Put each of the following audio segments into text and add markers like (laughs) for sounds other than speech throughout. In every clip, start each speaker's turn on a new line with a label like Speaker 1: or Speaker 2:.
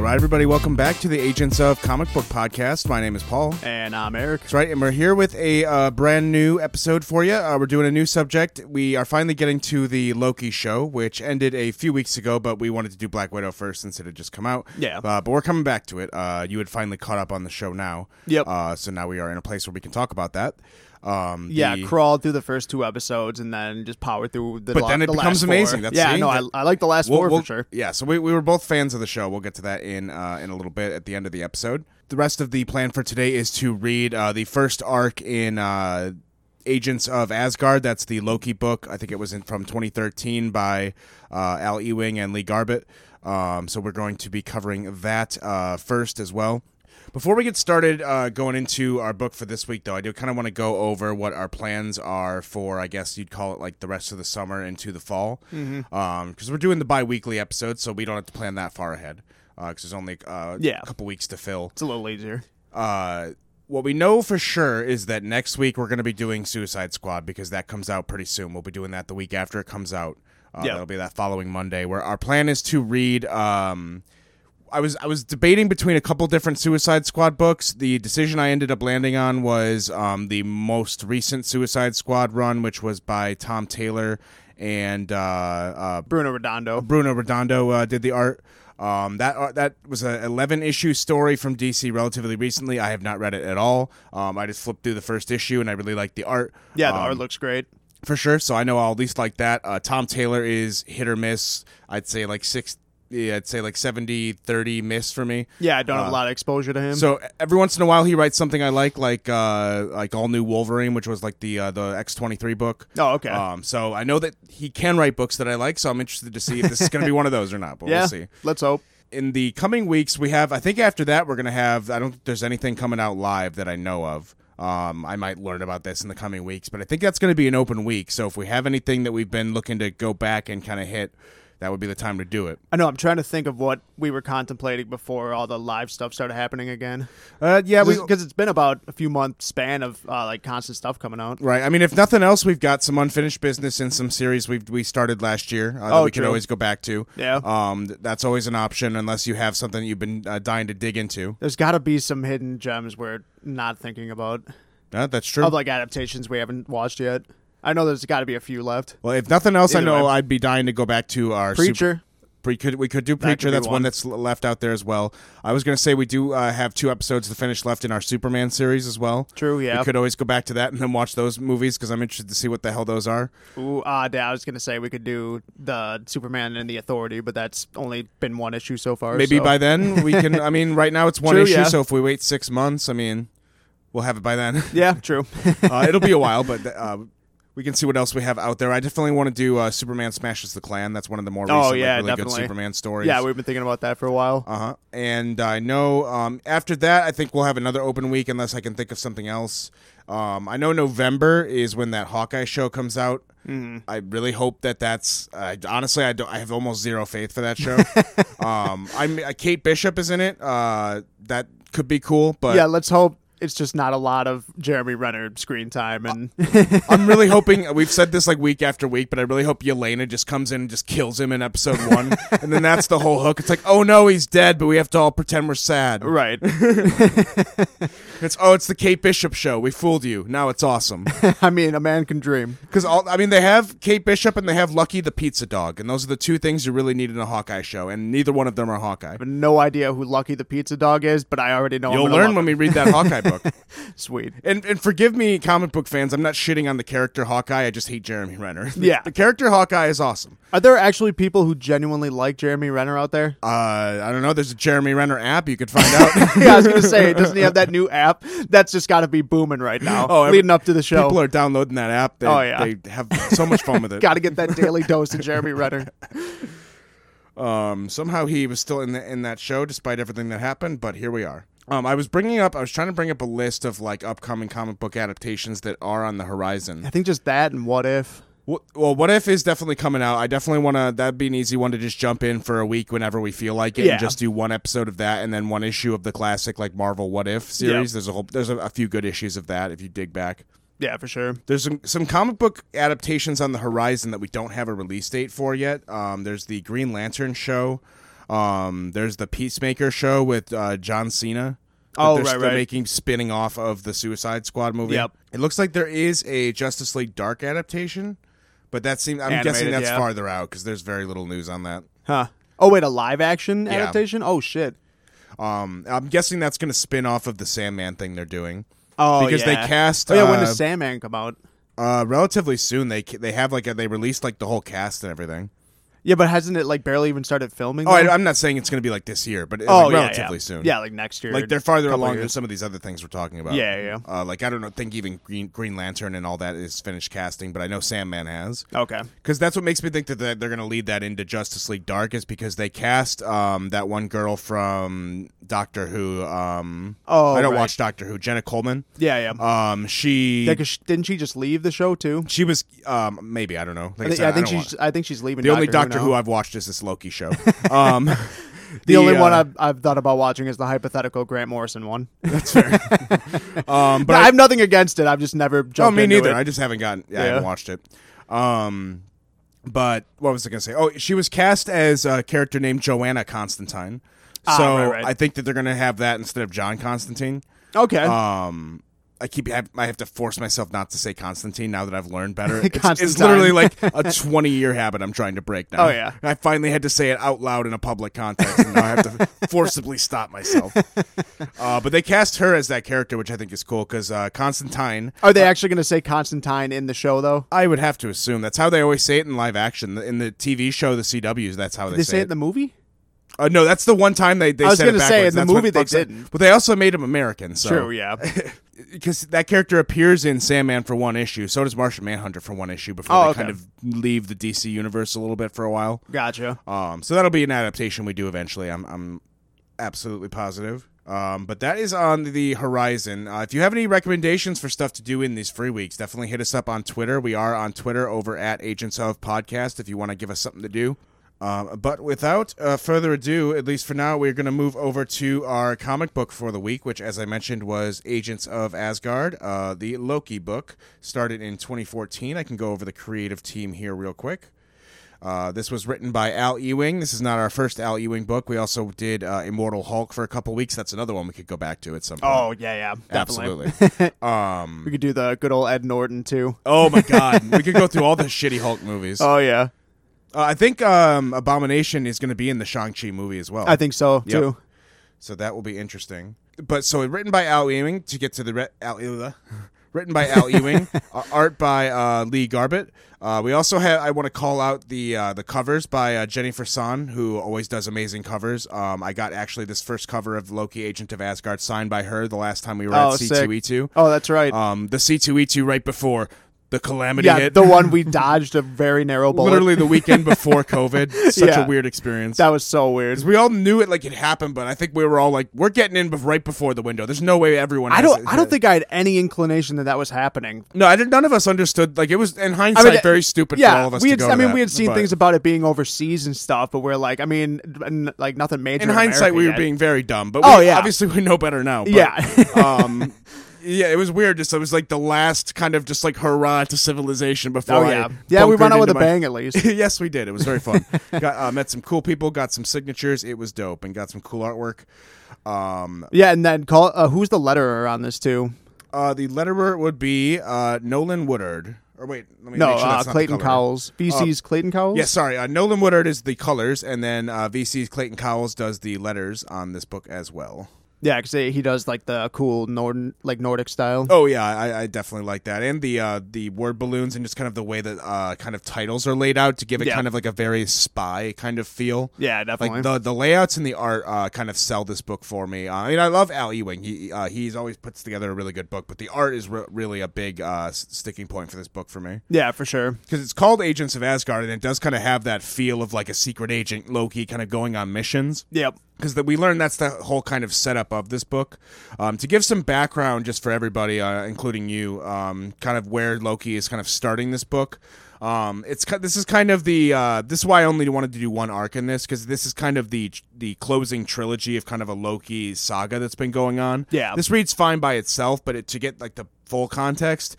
Speaker 1: right, everybody, welcome back to the Agents of Comic Book podcast. My name is Paul.
Speaker 2: And I'm Eric.
Speaker 1: That's right, and um, we're here with a uh, brand new episode for you. Uh, we're doing a new subject. We are finally getting to the Loki show, which ended a few weeks ago, but we wanted to do Black Widow first since it had just come out.
Speaker 2: Yeah.
Speaker 1: Uh, but we're coming back to it. Uh, you had finally caught up on the show now.
Speaker 2: Yep.
Speaker 1: Uh, so now we are in a place where we can talk about that. Um,
Speaker 2: Yeah,
Speaker 1: the-
Speaker 2: crawled through the first two episodes and then just powered through the.
Speaker 1: But
Speaker 2: la-
Speaker 1: then it
Speaker 2: the last
Speaker 1: becomes
Speaker 2: four.
Speaker 1: amazing. That's-
Speaker 2: yeah,
Speaker 1: see?
Speaker 2: no, I, I like the last
Speaker 1: We'll-
Speaker 2: four
Speaker 1: we'll-
Speaker 2: for sure.
Speaker 1: Yeah, so we, we were both fans of the show. We'll get to that in uh, in a little bit at the end of the episode. The rest of the plan for today is to read uh, the first arc in uh, Agents of Asgard. That's the Loki book. I think it was in from 2013 by uh, Al Ewing and Lee Garbett. Um, so we're going to be covering that uh, first as well. Before we get started uh, going into our book for this week, though, I do kind of want to go over what our plans are for, I guess you'd call it like the rest of the summer into the fall. Because we're doing the bi weekly episode, so we don't have to plan that far ahead. Because there's only uh,
Speaker 2: Yeah.
Speaker 1: a couple weeks to fill.
Speaker 2: It's a little easier.
Speaker 1: Uh, what we know for sure is that next week we're going to be doing Suicide Squad because that comes out pretty soon. We'll be doing that the week after it comes out. Uh,
Speaker 2: Yeah.
Speaker 1: That'll be that following Monday. Where our plan is to read. Um, I was I was debating between a couple different Suicide Squad books. The decision I ended up landing on was um, the most recent Suicide Squad run, which was by Tom Taylor and uh, uh,
Speaker 2: Bruno Redondo.
Speaker 1: Bruno Redondo uh, did the art. Um, that uh, that was an 11 issue story from DC relatively recently. I have not read it at all. Um, I just flipped through the first issue and I really liked the art.
Speaker 2: Yeah, the
Speaker 1: um,
Speaker 2: art looks great.
Speaker 1: for sure. So I know I'll at least like that. Uh, Tom Taylor is hit or miss. I'd say like six. Yeah, I'd say like 70, 30 miss for me.
Speaker 2: Yeah, I don't have
Speaker 1: uh,
Speaker 2: a lot of exposure to him.
Speaker 1: So every once in a while he writes something I like, like uh, like All New Wolverine, which was like the uh, the X twenty three book.
Speaker 2: oh, okay.
Speaker 1: Um, so I know that he can write books that I like, so I'm interested to see if this is
Speaker 2: (laughs)
Speaker 1: going to be one of those or not. But
Speaker 2: yeah,
Speaker 1: we'll see
Speaker 2: let's hope.
Speaker 1: in the coming weeks we have i think after that we're going to have i don't think there's anything coming out live that i know of um, i might learn about this in the coming weeks but i think that's going to be an open week so if we have anything that we've been looking to go back and kind of hit that would be the time to do it
Speaker 2: I know. I'm trying to think of what we were contemplating before all the live stuff started happening again.
Speaker 1: uh, yeah we,
Speaker 2: Because it's been about a few month span of uh, like constant stuff coming out.
Speaker 1: right i mean if nothing else we've got some unfinished business in some series we've, we started last year uh, that
Speaker 2: Oh,
Speaker 1: we could
Speaker 2: true.
Speaker 1: always go back to
Speaker 2: Yeah.
Speaker 1: um, th- that's always an option unless you have something that you've been uh, dying to dig into
Speaker 2: There's got to be some hidden gems we're not thinking about.
Speaker 1: Uh, that's true
Speaker 2: of like adaptations we haven't watched yet. I know there's got to be a few left.
Speaker 1: well if nothing else i
Speaker 2: Either
Speaker 1: know
Speaker 2: way.
Speaker 1: i'd be dying to go back to our Super-
Speaker 2: Preacher,
Speaker 1: We could we could do
Speaker 2: could
Speaker 1: preacher.
Speaker 2: be
Speaker 1: that's one.
Speaker 2: one.
Speaker 1: that's l- left out there as well. I was gonna say we do uh, have two episodes to finish left in our Superman series as well.
Speaker 2: True, yeah.
Speaker 1: We could always go back to that and then watch those movies because I'm interested to see what the hell those are.
Speaker 2: ooh, ah, yeah, I was gonna say we could do the Superman and the Authority, but that's only been one issue so far.
Speaker 1: Maybe
Speaker 2: so-
Speaker 1: by then we can. I mean, right (laughs) now it's one
Speaker 2: True,
Speaker 1: issue,
Speaker 2: yeah.
Speaker 1: so if we wait six months, I mean, we'll have it by then.
Speaker 2: (laughs) yeah, true.
Speaker 1: (laughs)
Speaker 2: (laughs)
Speaker 1: uh, it'll be a while, but uh, we can see what else we have out there. I definitely want to do uh, Superman smashes the Klan. That's one of the more recent,
Speaker 2: Oh,
Speaker 1: like,
Speaker 2: yeah,
Speaker 1: really
Speaker 2: definitely.
Speaker 1: good Superman stories.
Speaker 2: yeah, we've been thinking about that for a while.
Speaker 1: Uh huh. And I know um, after that, I think we'll have another open week unless I can think of something else. Um, I know November is when that Hawkeye show comes out. I really hope that that's. Uh, honestly, I don't. I have almost zero faith for that show. um, I'm uh, Kate Bishop is in it. Uh, that could be cool, but
Speaker 2: yeah, let's hope it's just not a lot of Jeremy Renner screen time.
Speaker 1: (laughs)
Speaker 2: And
Speaker 1: I'm really hoping (laughs) we've said this like week after week, but I really hope Yelena just comes in and just kills him in episode one, and then that's the whole hook. It's like, oh no, he's dead, but we have to all pretend we're sad.
Speaker 2: right, (laughs)
Speaker 1: It's oh, it's the Kate Bishop show. We fooled you. Now it's
Speaker 2: (laughs)
Speaker 1: awesome
Speaker 2: I mean, a man can dream.
Speaker 1: because all I mean they have Kate Bishop and they have Lucky the pizza dog, and those are the two things you really need in a Hawkeye show, and neither one of them are Hawkeye.
Speaker 2: I have no idea who Lucky the Pizza Dog is, but I already know. I'm
Speaker 1: You'll
Speaker 2: gonna
Speaker 1: learn
Speaker 2: love
Speaker 1: when we read that
Speaker 2: (laughs)
Speaker 1: Hawkeye book.
Speaker 2: it. Sweet.
Speaker 1: And and forgive me, comic book fans, I'm not shitting on the character Hawkeye. I just hate Jeremy Renner. (laughs)
Speaker 2: Yeah.
Speaker 1: the character Hawkeye is awesome.
Speaker 2: Are there actually people who genuinely like Jeremy Renner out there? (laughs)
Speaker 1: Uh, I don't know. There's a Jeremy Renner app you could find out.
Speaker 2: yeah, I was gonna say, doesn't he have that new app? That's just got to be booming right now.
Speaker 1: Oh, every-
Speaker 2: leading up to the show,
Speaker 1: People are downloading that app. They,
Speaker 2: Oh, yeah.
Speaker 1: they have so much fun with it.
Speaker 2: (laughs) got to get that daily dose of Jeremy Renner.
Speaker 1: Um, somehow he was still in the, in that show despite everything that happened, but here we are. Um, I was bringing up, I was trying to bring up a list of like upcoming comic book adaptations that are on the horizon.
Speaker 2: I think just that and what if?
Speaker 1: Wh- Well, What If is definitely coming out. I definitely want to, that'd be an easy one to just jump in for a week whenever we feel like it
Speaker 2: Yeah.
Speaker 1: and just do one episode of that and then one issue of the classic like Marvel What If series. There's a whole, there's a, a few good issues of that if you dig back.
Speaker 2: Yeah, for sure.
Speaker 1: There's some, some comic book adaptations on the horizon that we don't have a release date for yet. Um, there's the Green Lantern show. Um, there's the Peacemaker show with uh, John Cena. that
Speaker 2: Oh,
Speaker 1: they're
Speaker 2: right,
Speaker 1: still
Speaker 2: right.
Speaker 1: Making spinning off of the Suicide Squad movie.
Speaker 2: Yep.
Speaker 1: It looks like there is a Justice League Dark adaptation, but that seems I'm
Speaker 2: Animated,
Speaker 1: guessing that's
Speaker 2: yeah.
Speaker 1: farther out because there's very little news on that.
Speaker 2: Huh. Oh wait, a live action adaptation? Oh shit.
Speaker 1: Um, I'm guessing that's going to spin off of the Sandman thing they're doing.
Speaker 2: Oh
Speaker 1: Because they
Speaker 2: yeah.
Speaker 1: cast,
Speaker 2: Oh, yeah,
Speaker 1: uh,
Speaker 2: when does Sandman come out?
Speaker 1: Uh, relatively soon they they have like a, they released like the whole cast and everything.
Speaker 2: Yeah, but hasn't it like barely even started filming?
Speaker 1: Oh,
Speaker 2: though?
Speaker 1: I, I'm not saying it's going to be like this year, but it's, like,
Speaker 2: Oh, yeah,
Speaker 1: relatively
Speaker 2: yeah.
Speaker 1: soon.
Speaker 2: Yeah, like next year.
Speaker 1: like they're farther
Speaker 2: couple
Speaker 1: along than
Speaker 2: years.
Speaker 1: some of these other things we're talking about.
Speaker 2: Yeah, yeah.
Speaker 1: Uh, like I don't know, think even Green Green Lantern and all that is finished casting, but I know Sandman has
Speaker 2: Okay.
Speaker 1: because that's what makes me think that they're, they're going to lead that into Justice League Dark is because they cast um, that one girl from Doctor Who. Um,
Speaker 2: Oh,
Speaker 1: I don't
Speaker 2: right.
Speaker 1: watch Doctor Who. Jenna Coleman.
Speaker 2: Yeah, yeah.
Speaker 1: Um, she
Speaker 2: yeah, 'cause she- didn't she just leave the show too?
Speaker 1: she was um maybe I don't know. Like
Speaker 2: I
Speaker 1: I, said,
Speaker 2: think, I think
Speaker 1: don't wa-
Speaker 2: she's. I think she's leaving.
Speaker 1: the only Doctor
Speaker 2: now.
Speaker 1: Who I've watched is this Loki
Speaker 2: (laughs)
Speaker 1: show. Um, the,
Speaker 2: the, only one
Speaker 1: uh,
Speaker 2: I've, I've thought about watching is the hypothetical Grant Morrison (laughs) one.
Speaker 1: that's fair. um, but
Speaker 2: I,
Speaker 1: I-
Speaker 2: have nothing against it. I've just never jumped.
Speaker 1: Oh, me
Speaker 2: into
Speaker 1: neither.
Speaker 2: it.
Speaker 1: I just haven't gotten. Yeah, I
Speaker 2: Yeah.
Speaker 1: haven't watched it. Um, but what was I going to say? Oh, she was cast as a character named Joanna Constantine.
Speaker 2: Ah,
Speaker 1: so
Speaker 2: right, right.
Speaker 1: I think that they're going to have that instead of John Constantine.
Speaker 2: okay.
Speaker 1: Um, I keep I I have to force myself not to say Constantine now that I've learned
Speaker 2: (laughs)
Speaker 1: better. It's, it's
Speaker 2: Constantine.
Speaker 1: literally like
Speaker 2: (laughs)
Speaker 1: a twenty year habit I'm trying to break now.
Speaker 2: Oh, yeah.
Speaker 1: I finally had to say it out loud in a public context, and now I have
Speaker 2: (laughs)
Speaker 1: to forcibly stop myself. Uh, but they cast her as that character, which I think is cool because uh, Constantine
Speaker 2: Are they actually going to say Constantine in the show though?
Speaker 1: I would have to assume that's how they always say it in live action. In the TV show, the CWs, that's how they,
Speaker 2: They
Speaker 1: say, it.
Speaker 2: in the movie.
Speaker 1: uh, no, that's the one time they. they
Speaker 2: I was
Speaker 1: said it
Speaker 2: gonna say,
Speaker 1: backwards.
Speaker 2: in the
Speaker 1: That's what
Speaker 2: movie they
Speaker 1: fucks it-
Speaker 2: didn't.
Speaker 1: but they also made him American. So
Speaker 2: True. (laughs) Yeah.
Speaker 1: because that character appears in Sandman for one issue. So does Martian Manhunter for one issue before
Speaker 2: Oh,
Speaker 1: they
Speaker 2: okay.
Speaker 1: kind of leave the DC universe a little bit for a while.
Speaker 2: gotcha.
Speaker 1: Um, so that'll be an adaptation we do eventually. I'm, I'm absolutely positive. Um, but that is on the horizon. Uh, if you have any recommendations for stuff to do in these free weeks, definitely hit us up on Twitter. We are on Twitter over at Agents of Podcast if you want to give us something to do. Um, but without uh, further ado, at least for now, we're going to move over to our comic book for the week, which, as I mentioned, was Agents of Asgard, uh, the Loki book, started in 2014. I can go over the creative team here real quick. Uh, this was written by Al Ewing. This is not our first Al Ewing book. We also did uh, Immortal Hulk for a couple weeks. That's another one we could go back to at some point.
Speaker 2: Oh yeah, yeah. Definitely.
Speaker 1: absolutely. um,
Speaker 2: We could do the good old Ed Norton too.
Speaker 1: oh my god, we could go through all the shitty Hulk movies. Uh,
Speaker 2: (laughs) Oh yeah.
Speaker 1: I think um, Abomination is going to be in the Shang Chi movie as well.
Speaker 2: I think so
Speaker 1: Yep.
Speaker 2: too.
Speaker 1: so. That will be interesting. But so written by Al Ewing to get to the re- Al (laughs) Ewing. Written by Al Ewing,
Speaker 2: (laughs)
Speaker 1: uh, art by uh, Lee Garbett. Uh, we also have. I want to call out the uh, the covers by uh, Jenny Fursan, who always does amazing covers. Um, I got actually this first cover of Loki, Agent of Asgard, signed by her the last time we were
Speaker 2: Oh,
Speaker 1: at
Speaker 2: sick.
Speaker 1: C two E two.
Speaker 2: Oh, that's right.
Speaker 1: Um, the C two E two right before the calamity
Speaker 2: yeah,
Speaker 1: hit.
Speaker 2: the one we dodged a very narrow bullet.
Speaker 1: literally the weekend
Speaker 2: (laughs)
Speaker 1: before COVID. Such
Speaker 2: Yeah.
Speaker 1: a weird experience.
Speaker 2: That was
Speaker 1: (laughs)
Speaker 2: so weird.
Speaker 1: we all knew it like it happened, but I think we were all like, we're getting in bef- right before the window. There's no way everyone.
Speaker 2: I
Speaker 1: has
Speaker 2: don't.
Speaker 1: it. (laughs)
Speaker 2: I don't think I had any inclination that that was happening.
Speaker 1: No, I did, none of us understood. Like it was in hindsight,
Speaker 2: I mean, uh,
Speaker 1: very stupid
Speaker 2: yeah,
Speaker 1: for all of us.
Speaker 2: we
Speaker 1: to
Speaker 2: had,
Speaker 1: go
Speaker 2: I
Speaker 1: to
Speaker 2: mean,
Speaker 1: that,
Speaker 2: we had seen
Speaker 1: but
Speaker 2: things about it being overseas and stuff, but we're like, I mean, n- like nothing major.
Speaker 1: In hindsight,
Speaker 2: America
Speaker 1: we were
Speaker 2: yet.
Speaker 1: being very dumb, but
Speaker 2: Oh,
Speaker 1: we,
Speaker 2: yeah.
Speaker 1: obviously we know better now. But,
Speaker 2: Yeah.
Speaker 1: (laughs) um, yeah, it was weird. Just it was like the last kind of just like hurrah to civilization before.
Speaker 2: (laughs) Oh
Speaker 1: I
Speaker 2: yeah, yeah. We
Speaker 1: bunkered
Speaker 2: run out with a
Speaker 1: into my-
Speaker 2: bang at least.
Speaker 1: (laughs) yes, we did. It was very
Speaker 2: (laughs)
Speaker 1: fun. got, uh, met some cool people, got some signatures. It was dope, and got some cool artwork. Um,
Speaker 2: Yeah, and then call. Uh, who's the letterer on this too?
Speaker 1: Uh, the letterer would be uh, Nolan Woodard. Or wait, let me
Speaker 2: No,
Speaker 1: make sure
Speaker 2: uh,
Speaker 1: that's not the Oh,
Speaker 2: Clayton
Speaker 1: colorer.
Speaker 2: Cowles. VC's Clayton Cowles.
Speaker 1: Yeah, sorry. Uh, Nolan Woodard is the colors, and then uh, VC's Clayton Cowles does the letters on this book as well.
Speaker 2: yeah, because he does like the cool Nord like Nordic style.
Speaker 1: Oh yeah, I, I definitely like that, and the uh, the word balloons, and just kind of the way that uh, kind of titles are laid out to give it
Speaker 2: Yeah.
Speaker 1: kind of like a very spy kind of feel.
Speaker 2: Yeah, definitely.
Speaker 1: Like the the layouts and the art uh, kind of sell this book for me. Uh, I mean, I love Al Ewing. He uh, he's always puts together a really good book, but the art is re- really a big uh, s- sticking point for this book for me.
Speaker 2: yeah, for sure.
Speaker 1: because it's called Agents of Asgard, and it does kind of have that feel of like a secret agent Loki kind of going on missions.
Speaker 2: Yep.
Speaker 1: Because that we learned that's the whole kind of setup of this book. Um, to give some background, just for everybody, uh, including you, um, kind of where Loki is kind of starting this book. Um, it's ki- this is kind of the uh, this is why I only wanted to do one arc in this because this is kind of the the closing trilogy of kind of a Loki saga that's been going on.
Speaker 2: Yeah.
Speaker 1: this reads fine by itself, but it, to get like the full context,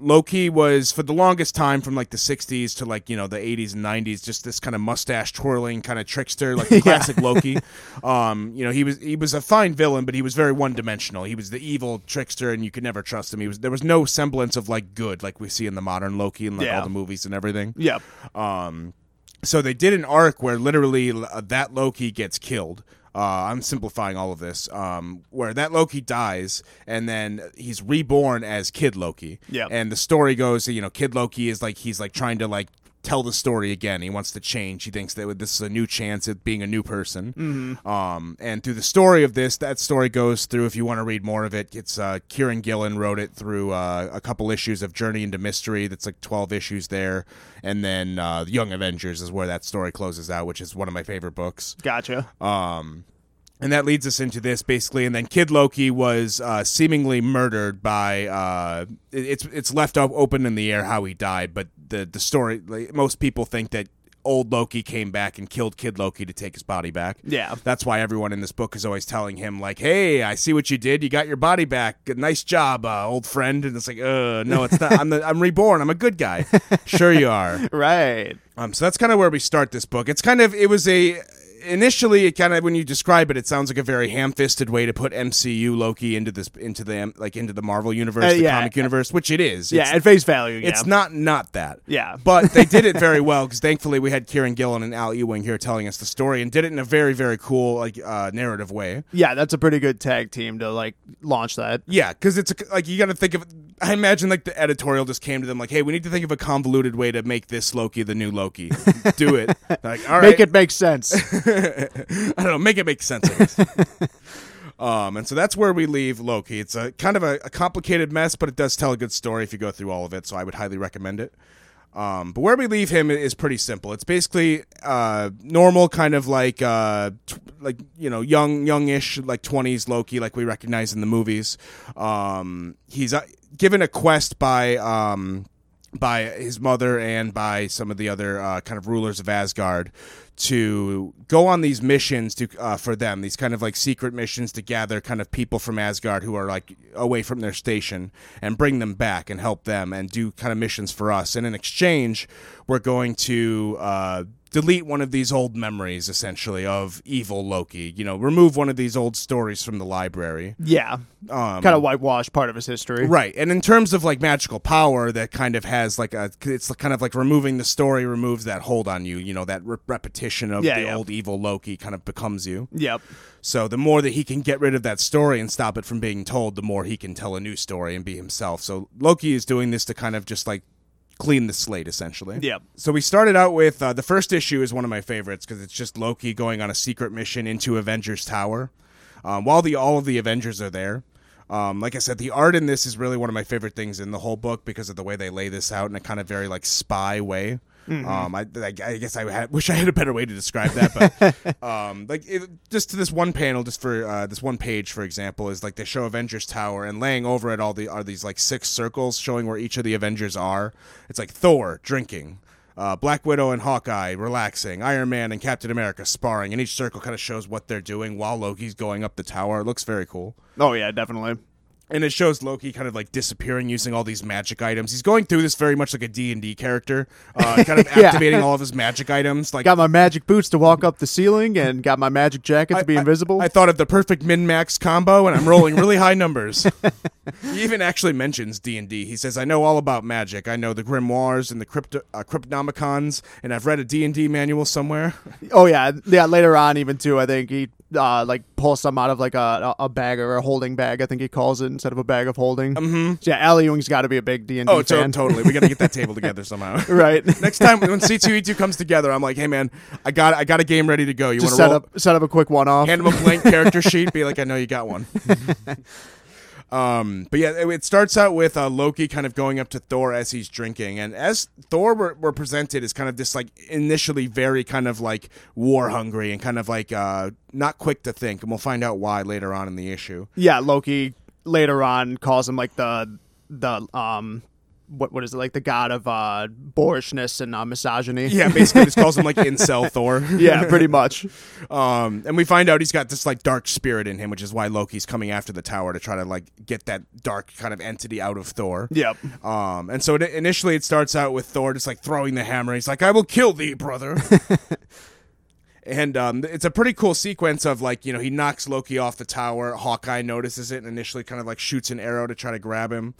Speaker 1: Loki was for the longest time from like the 60s to like you know the 80s and 90s just this kind of mustache twirling kind of trickster like the classic Loki um you know he was he was a fine villain but he was very one dimensional he was the evil trickster and you could never trust him he was there was no semblance of like good like we see in the modern Loki and like
Speaker 2: Yeah.
Speaker 1: all the movies and everything
Speaker 2: Yep.
Speaker 1: um, so they did an arc where literally uh, that Loki gets killed. Uh, I'm simplifying all of this. Um, where that Loki dies, and then he's reborn as Kid Loki.
Speaker 2: Yep.
Speaker 1: And the story goes, you know, Kid Loki is like he's like trying to like tell the story again. He wants to change. He thinks that this is a new chance at being a new person. Um, and through the story of this, that story goes through. If you want to read more of it, it's uh, Kieran Gillen wrote it through uh, a couple issues of Journey into Mystery. That's like twelve issues there, and then uh, Young Avengers is where that story closes out, which is one of my favorite books.
Speaker 2: Gotcha.
Speaker 1: Uh. And that leads us into this basically, and then Kid Loki was uh, seemingly murdered by. Uh, it- it's it's left up open in the air how he died, but the the story like, most people think that old Loki came back and killed Kid Loki to take his body back.
Speaker 2: Yeah.
Speaker 1: that's why everyone in this book is always telling him like, "Hey, I see what you did. You got your body back. Good- Nice job, uh, old friend." And it's like, "Uh, no, it's not. I'm the, I'm reborn. I'm a good guy. Sure, you are."
Speaker 2: right.
Speaker 1: Um, so that's kind of where we start this book. It's kind of it was a initially it kind of when you describe it, it sounds like a very ham-fisted way to put MCU Loki into this into the um, like into the Marvel universe,
Speaker 2: Uh,
Speaker 1: the
Speaker 2: yeah.
Speaker 1: comic universe, which it is.
Speaker 2: Yeah,
Speaker 1: It's-
Speaker 2: at face value. Yeah.
Speaker 1: it's not not that.
Speaker 2: Yeah.
Speaker 1: But
Speaker 2: (laughs)
Speaker 1: they did it very well because thankfully we had Kieran Gillen and Al Ewing here telling us the story and did it in a very very cool like uh, narrative way.
Speaker 2: Yeah, that's a pretty good tag team to like launch that.
Speaker 1: Yeah, because it's a, like you got to think of. I imagine like the editorial just came to them like, "Hey, we need to think of a convoluted way to make this Loki the new Loki. Do it. (laughs) Like, all right,
Speaker 2: Make it
Speaker 1: (laughs)
Speaker 2: make sense.
Speaker 1: I don't know, make it make sense. I guess. um, and so that's where we leave Loki. It's a kind of a, a complicated mess, but it does tell a good story if you go through all of it. So I would highly recommend it. Um, but where we leave him is pretty simple. It's basically uh, normal, kind of like uh, tw- like you know, young, youngish, like twenties Loki, like we recognize in the movies. Um, he's uh, given a quest by um, by his mother and by some of the other uh, kind of rulers of Asgard to go on these missions to uh, for them these kind of like secret missions to gather kind of people from Asgard who are like away from their station and bring them back and help them and do kind of missions for us and in exchange we're going to uh, delete one of these old memories essentially of evil Loki you know remove one of these old stories from the library
Speaker 2: yeah.
Speaker 1: Um,
Speaker 2: kind of whitewash part of his history.
Speaker 1: Right. And in terms of like magical power, that kind of has like a, it's kind of like removing the story removes that hold on you, you know, that re- repetition of
Speaker 2: Yeah,
Speaker 1: the
Speaker 2: yeah.
Speaker 1: old evil Loki kind of becomes you.
Speaker 2: Yep.
Speaker 1: So the more that he can get rid of that story and stop it from being told, the more he can tell a new story and be himself. So Loki is doing this to kind of just like clean the slate essentially.
Speaker 2: Yep.
Speaker 1: So we started out with uh, the first issue is one of my favorites because it's just Loki going on a secret mission into Avengers Tower, um, while the all of the Avengers are there. Um, like I said, the art in this is really one of my favorite things in the whole book because of the way they lay this out in a kind of very like spy way. Um, I, I, I guess I had, (laughs) wish I had a better way to describe that, but um, like it, just to this one panel, just for uh, this one page, for example, is like they show Avengers Tower and laying over it all the are these like six circles showing where each of the Avengers are. It's like Thor drinking, uh, Black Widow and Hawkeye relaxing, Iron Man and Captain America sparring, and each circle kind of shows what they're doing while Loki's going up the tower. It looks very cool.
Speaker 2: Oh yeah, definitely.
Speaker 1: And it shows Loki kind of like disappearing using all these magic items. He's going through this very much like a D&D character,
Speaker 2: (laughs)
Speaker 1: uh, kind of
Speaker 2: Yeah.
Speaker 1: activating all of his magic items. Like
Speaker 2: Got my magic boots to walk up the ceiling and got my magic jacket to be invisible.
Speaker 1: I thought of the perfect min-max combo, and I'm rolling really high
Speaker 2: (laughs)
Speaker 1: numbers. he even actually mentions D and D. He says, "I know all about magic. I know the grimoires and the crypto- uh, cryptnomicons, and I've read a D and D manual somewhere."
Speaker 2: oh yeah, yeah. Later on, even too, I think he uh, like pulls some out of like a a bag or a holding bag. I think he calls it instead of a bag of holding. Mm-hmm. yeah, Al Ewing's got to be a big D and
Speaker 1: Oh,
Speaker 2: D
Speaker 1: to-
Speaker 2: fan,
Speaker 1: totally. We got to get that table together somehow.
Speaker 2: (laughs)
Speaker 1: (laughs)
Speaker 2: right?
Speaker 1: Next time when C two E two comes together, I'm like, "Hey man, I got I got a game ready to go. You want
Speaker 2: Just
Speaker 1: to
Speaker 2: set
Speaker 1: roll?"
Speaker 2: up set up a quick one off.
Speaker 1: hand him a blank character sheet be like i know you got
Speaker 2: (laughs)
Speaker 1: one um but yeah it, it starts out with uh, loki kind of going up to thor as he's drinking and as thor were, were presented as kind of this like initially very kind of like war hungry and kind of like uh not quick to think and we'll find out why later on in the issue
Speaker 2: Yeah, Loki later on calls him like the the um what what is it like the god of uh, boorishness and uh, misogyny?
Speaker 1: Yeah, basically just calls him like incel Thor.
Speaker 2: (laughs) yeah,
Speaker 1: (laughs)
Speaker 2: pretty much.
Speaker 1: Um, and we find out he's got this like dark spirit in him, which is why Loki's coming after the tower to try to like get that dark kind of entity out of Thor.
Speaker 2: Yep.
Speaker 1: Um, and so it, initially it starts out with Thor just like throwing the hammer. He's like, "I will kill thee, brother."
Speaker 2: (laughs)
Speaker 1: and um, it's a pretty cool sequence of like you know he knocks Loki off the tower. Hawkeye notices it and initially kind of like shoots an arrow to try to grab him.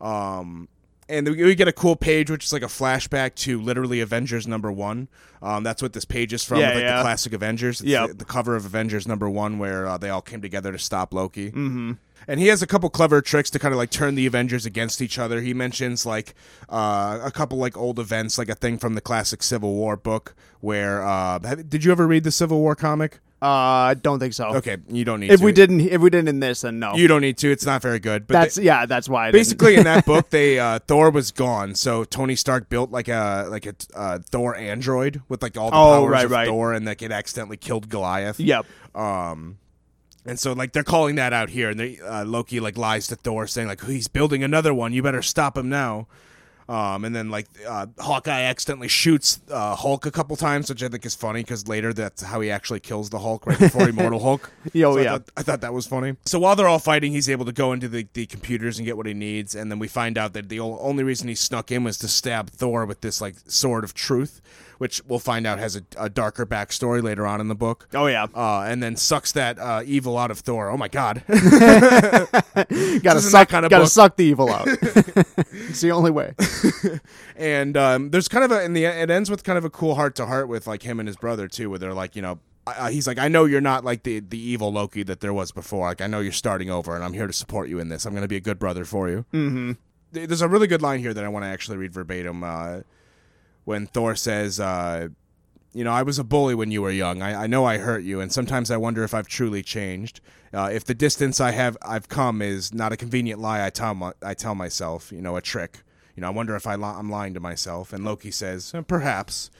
Speaker 1: Um, and we we get a cool page which is like a flashback to literally Avengers number one. Um, that's what this page is from,
Speaker 2: Yeah,
Speaker 1: with, like
Speaker 2: yeah.
Speaker 1: the classic Avengers. It's
Speaker 2: Yep.
Speaker 1: the, the cover of Avengers number one where uh, they all came together to stop Loki. Mm-hmm. And he has a couple clever tricks to kind of like turn the Avengers against each other. He mentions like uh, a couple like old events, like a thing from the classic Civil War book. Where uh, have- did you ever read the Civil War comic?
Speaker 2: Uh, I don't think so.
Speaker 1: Okay, you don't need.
Speaker 2: If
Speaker 1: to.
Speaker 2: we didn't, if we didn't in this, then no.
Speaker 1: you don't need to. It's not very good. But
Speaker 2: that's yeah. That's why. I didn't.
Speaker 1: basically in (laughs) that book they uh, Thor was gone, so Tony Stark built like a like a uh, Thor android with like all the
Speaker 2: Oh,
Speaker 1: powers
Speaker 2: right,
Speaker 1: of
Speaker 2: right.
Speaker 1: Thor, and like it accidentally killed Goliath.
Speaker 2: Yep.
Speaker 1: Um, and so like they're calling that out here, and they, uh, Loki like lies to Thor, saying like he's building another one. You better stop him now. Um, and then like uh, Hawkeye accidentally shoots uh, Hulk a couple times, which I think is funny because later that's how he actually kills the Hulk right before Immortal Hulk.
Speaker 2: (laughs) Yeah, oh,
Speaker 1: So I
Speaker 2: yeah.
Speaker 1: thought, I thought that was funny. So while they're all fighting, he's able to go into the, the computers and get what he needs, and then we find out that the ol- only reason he snuck in was to stab Thor with this like sword of truth, which we'll find out has a, a darker backstory later on in the book
Speaker 2: Oh yeah.
Speaker 1: uh, and then sucks that uh, evil out of Thor. Oh my god! (laughs)
Speaker 2: (laughs) gotta
Speaker 1: is that
Speaker 2: suck.
Speaker 1: kinda
Speaker 2: gotta
Speaker 1: book.
Speaker 2: suck the evil (laughs) out. it's the only way.
Speaker 1: and um, there's kind of a in the it ends with kind of a cool heart to heart with like him and his brother too, where they're like, you know, uh, he's like, I know you're not like the the evil Loki that there was before. Like I know you're starting over, and I'm here to support you in this. I'm gonna be a good brother for you. Mm-hmm. There's a really good line here that I want to actually read verbatim. Uh, when Thor says, uh, you know, I was a bully when you were young. I, I know I hurt you, and sometimes I wonder if I've truly changed. Uh, if the distance I have I've come is not a convenient lie, I tell my, I tell myself, you know, a trick. You know, I wonder if I li- I'm lying to myself. And Loki says, "Eh, perhaps,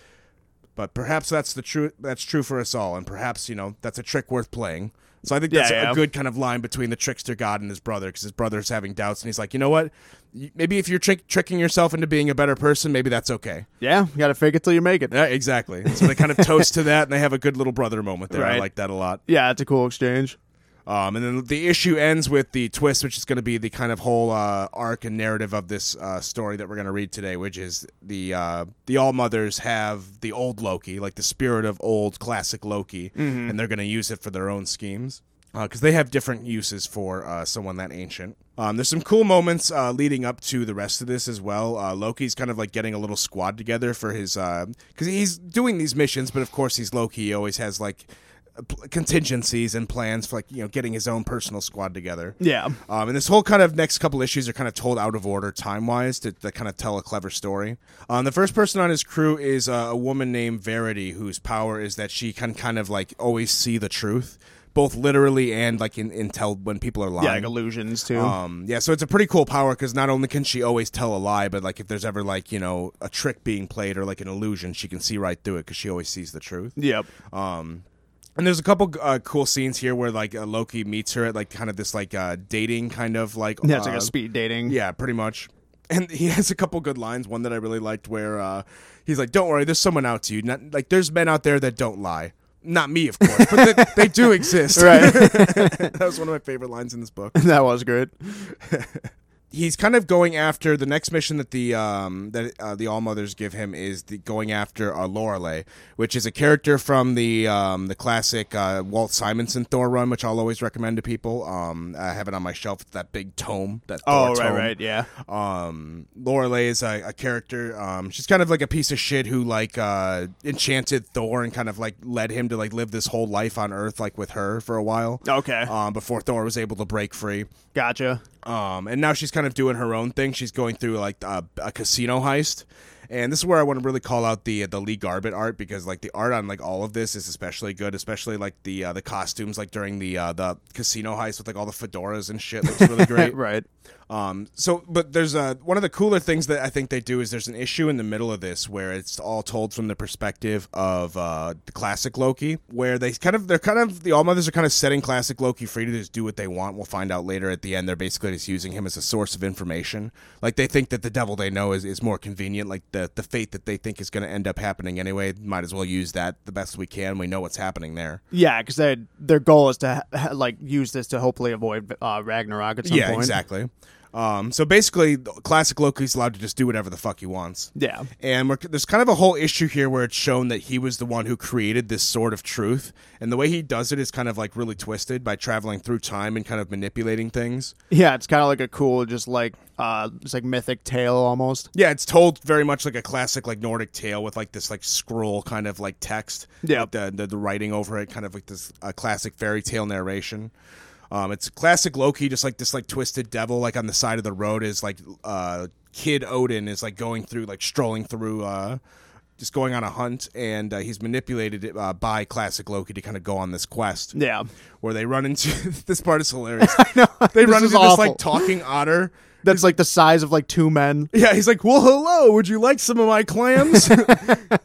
Speaker 1: but perhaps that's the true that's true for us all, and perhaps you know that's a trick worth playing. So I think that's
Speaker 2: Yeah, yeah.
Speaker 1: a good kind of line between the trickster god and his brother, because his brother's having doubts, and he's like, you know what? Y- Maybe if you're trick- tricking yourself into being a better person, maybe that's okay.
Speaker 2: Yeah, you gotta fake it till you make it.
Speaker 1: Yeah, uh, exactly. So they kind of toast to that, and they have a good little brother moment there. I
Speaker 2: Right.
Speaker 1: like that a lot.
Speaker 2: Yeah, it's a cool exchange.
Speaker 1: Um, and then the issue ends with the twist, which is going to be the kind of whole uh, arc and narrative of this uh, story that we're going to read today, which is the uh, the All Mothers have the old Loki, like the spirit of old classic Loki, and they're going to use it for their own schemes because they have different uses for uh, someone that ancient. Um, there's some cool moments uh, leading up to the rest of this as well. Uh, Loki's kind of like getting a little squad together for his because he's doing these missions, but of course he's Loki. He always has like pl- contingencies and plans for like you know getting his own personal squad together.
Speaker 2: Yeah.
Speaker 1: Um, and this whole kind of next couple issues are kind of told out of order time wise to, to kind of tell a clever story. Um, the first person on his crew is uh, a woman named Verity, whose power is that she can kind of like always see the truth, both literally and like in, in tell when people are lying.
Speaker 2: Yeah, like illusions too.
Speaker 1: Um, yeah, so it's a pretty cool power because not only can she always tell a lie, but like if there's ever like you know a trick being played or like an illusion, she can see right through it because she always sees the truth.
Speaker 2: yep.
Speaker 1: And there's a couple uh, cool scenes here where like uh, Loki meets her at like kind of this like uh, dating kind of like
Speaker 2: Yeah, (laughs) it's like
Speaker 1: uh,
Speaker 2: a speed dating.
Speaker 1: yeah, pretty much. And (laughs) he has a couple good lines. One that I really liked where uh, he's like, "Don't worry, there's someone out to you. Not, like there's men out there that don't lie." Not me, of course, but they, they
Speaker 2: (laughs)
Speaker 1: do exist. (laughs)
Speaker 2: Right.
Speaker 1: that was one of my favorite lines in this book
Speaker 2: that was good.
Speaker 1: he's kind of going after the next mission that the um that uh, the All Mothers give him is the going after uh, Lorelei, which is a character from the um the classic uh, Walt Simonson Thor run, which I'll always recommend to people. Um, I have it on my shelf. It's that big tome. That Thor
Speaker 2: Oh, right,
Speaker 1: tome.
Speaker 2: right, yeah.
Speaker 1: Um, Lorelei is a, a character. Um, she's kind of like a piece of shit who like uh enchanted Thor and kind of like led him to like live this whole life on Earth like with her for a while.
Speaker 2: Okay.
Speaker 1: Um, before Thor was able to break free.
Speaker 2: Gotcha.
Speaker 1: Um, and now she's kind of doing her own thing. She's going through like uh, a casino heist, and this is where I want to really call out the the Lee Garbett art because like the art on like all of this is especially good, especially like the uh, the costumes like during the uh, the casino heist with like all the fedoras and shit looks really great.
Speaker 2: Right.
Speaker 1: Um, so, but there's a, one of the cooler things that I think they do is there's an issue in the middle of this where it's all told from the perspective of uh, the classic Loki, where they kind of they're kind of the All Mothers are kind of setting classic Loki free to just do what they want. We'll find out later at the end. They're basically just using him as a source of information. Like they think that the devil they know is, is more convenient. Like the the fate that they think is going to end up happening anyway. Might as well use that the best we can. We know what's happening there.
Speaker 2: Yeah, because their their goal is to ha- like use this to hopefully avoid uh, Ragnarok at some
Speaker 1: yeah,
Speaker 2: point.
Speaker 1: exactly. Um, so basically, the classic Loki's allowed to just do whatever the fuck he wants.
Speaker 2: Yeah.
Speaker 1: And we're, there's kind of a whole issue here where it's shown that he was the one who created this sort of truth. And the way he does it is kind of like really twisted by traveling through time and kind of manipulating things.
Speaker 2: Yeah, it's kind of like a cool, just like uh, it's like mythic tale almost.
Speaker 1: Yeah, it's told very much like a classic like Nordic tale with like this like scroll kind of like text.
Speaker 2: Yeah.
Speaker 1: with The, the the writing over it, kind of like this uh, classic fairy tale narration. Um, it's classic Loki, just like this like twisted devil, like on the side of the road is like uh kid Odin is like going through like strolling through uh just going on a hunt and uh, he's manipulated uh, by classic Loki to kind of go on this quest
Speaker 2: Yeah,
Speaker 1: where they run into (laughs) this part is
Speaker 2: (laughs)
Speaker 1: hilarious. They run
Speaker 2: is
Speaker 1: into this
Speaker 2: awful.
Speaker 1: like talking otter.
Speaker 2: that's like the size of like two men.
Speaker 1: Yeah, he's like, "Well, hello. Would you like some of my clams?"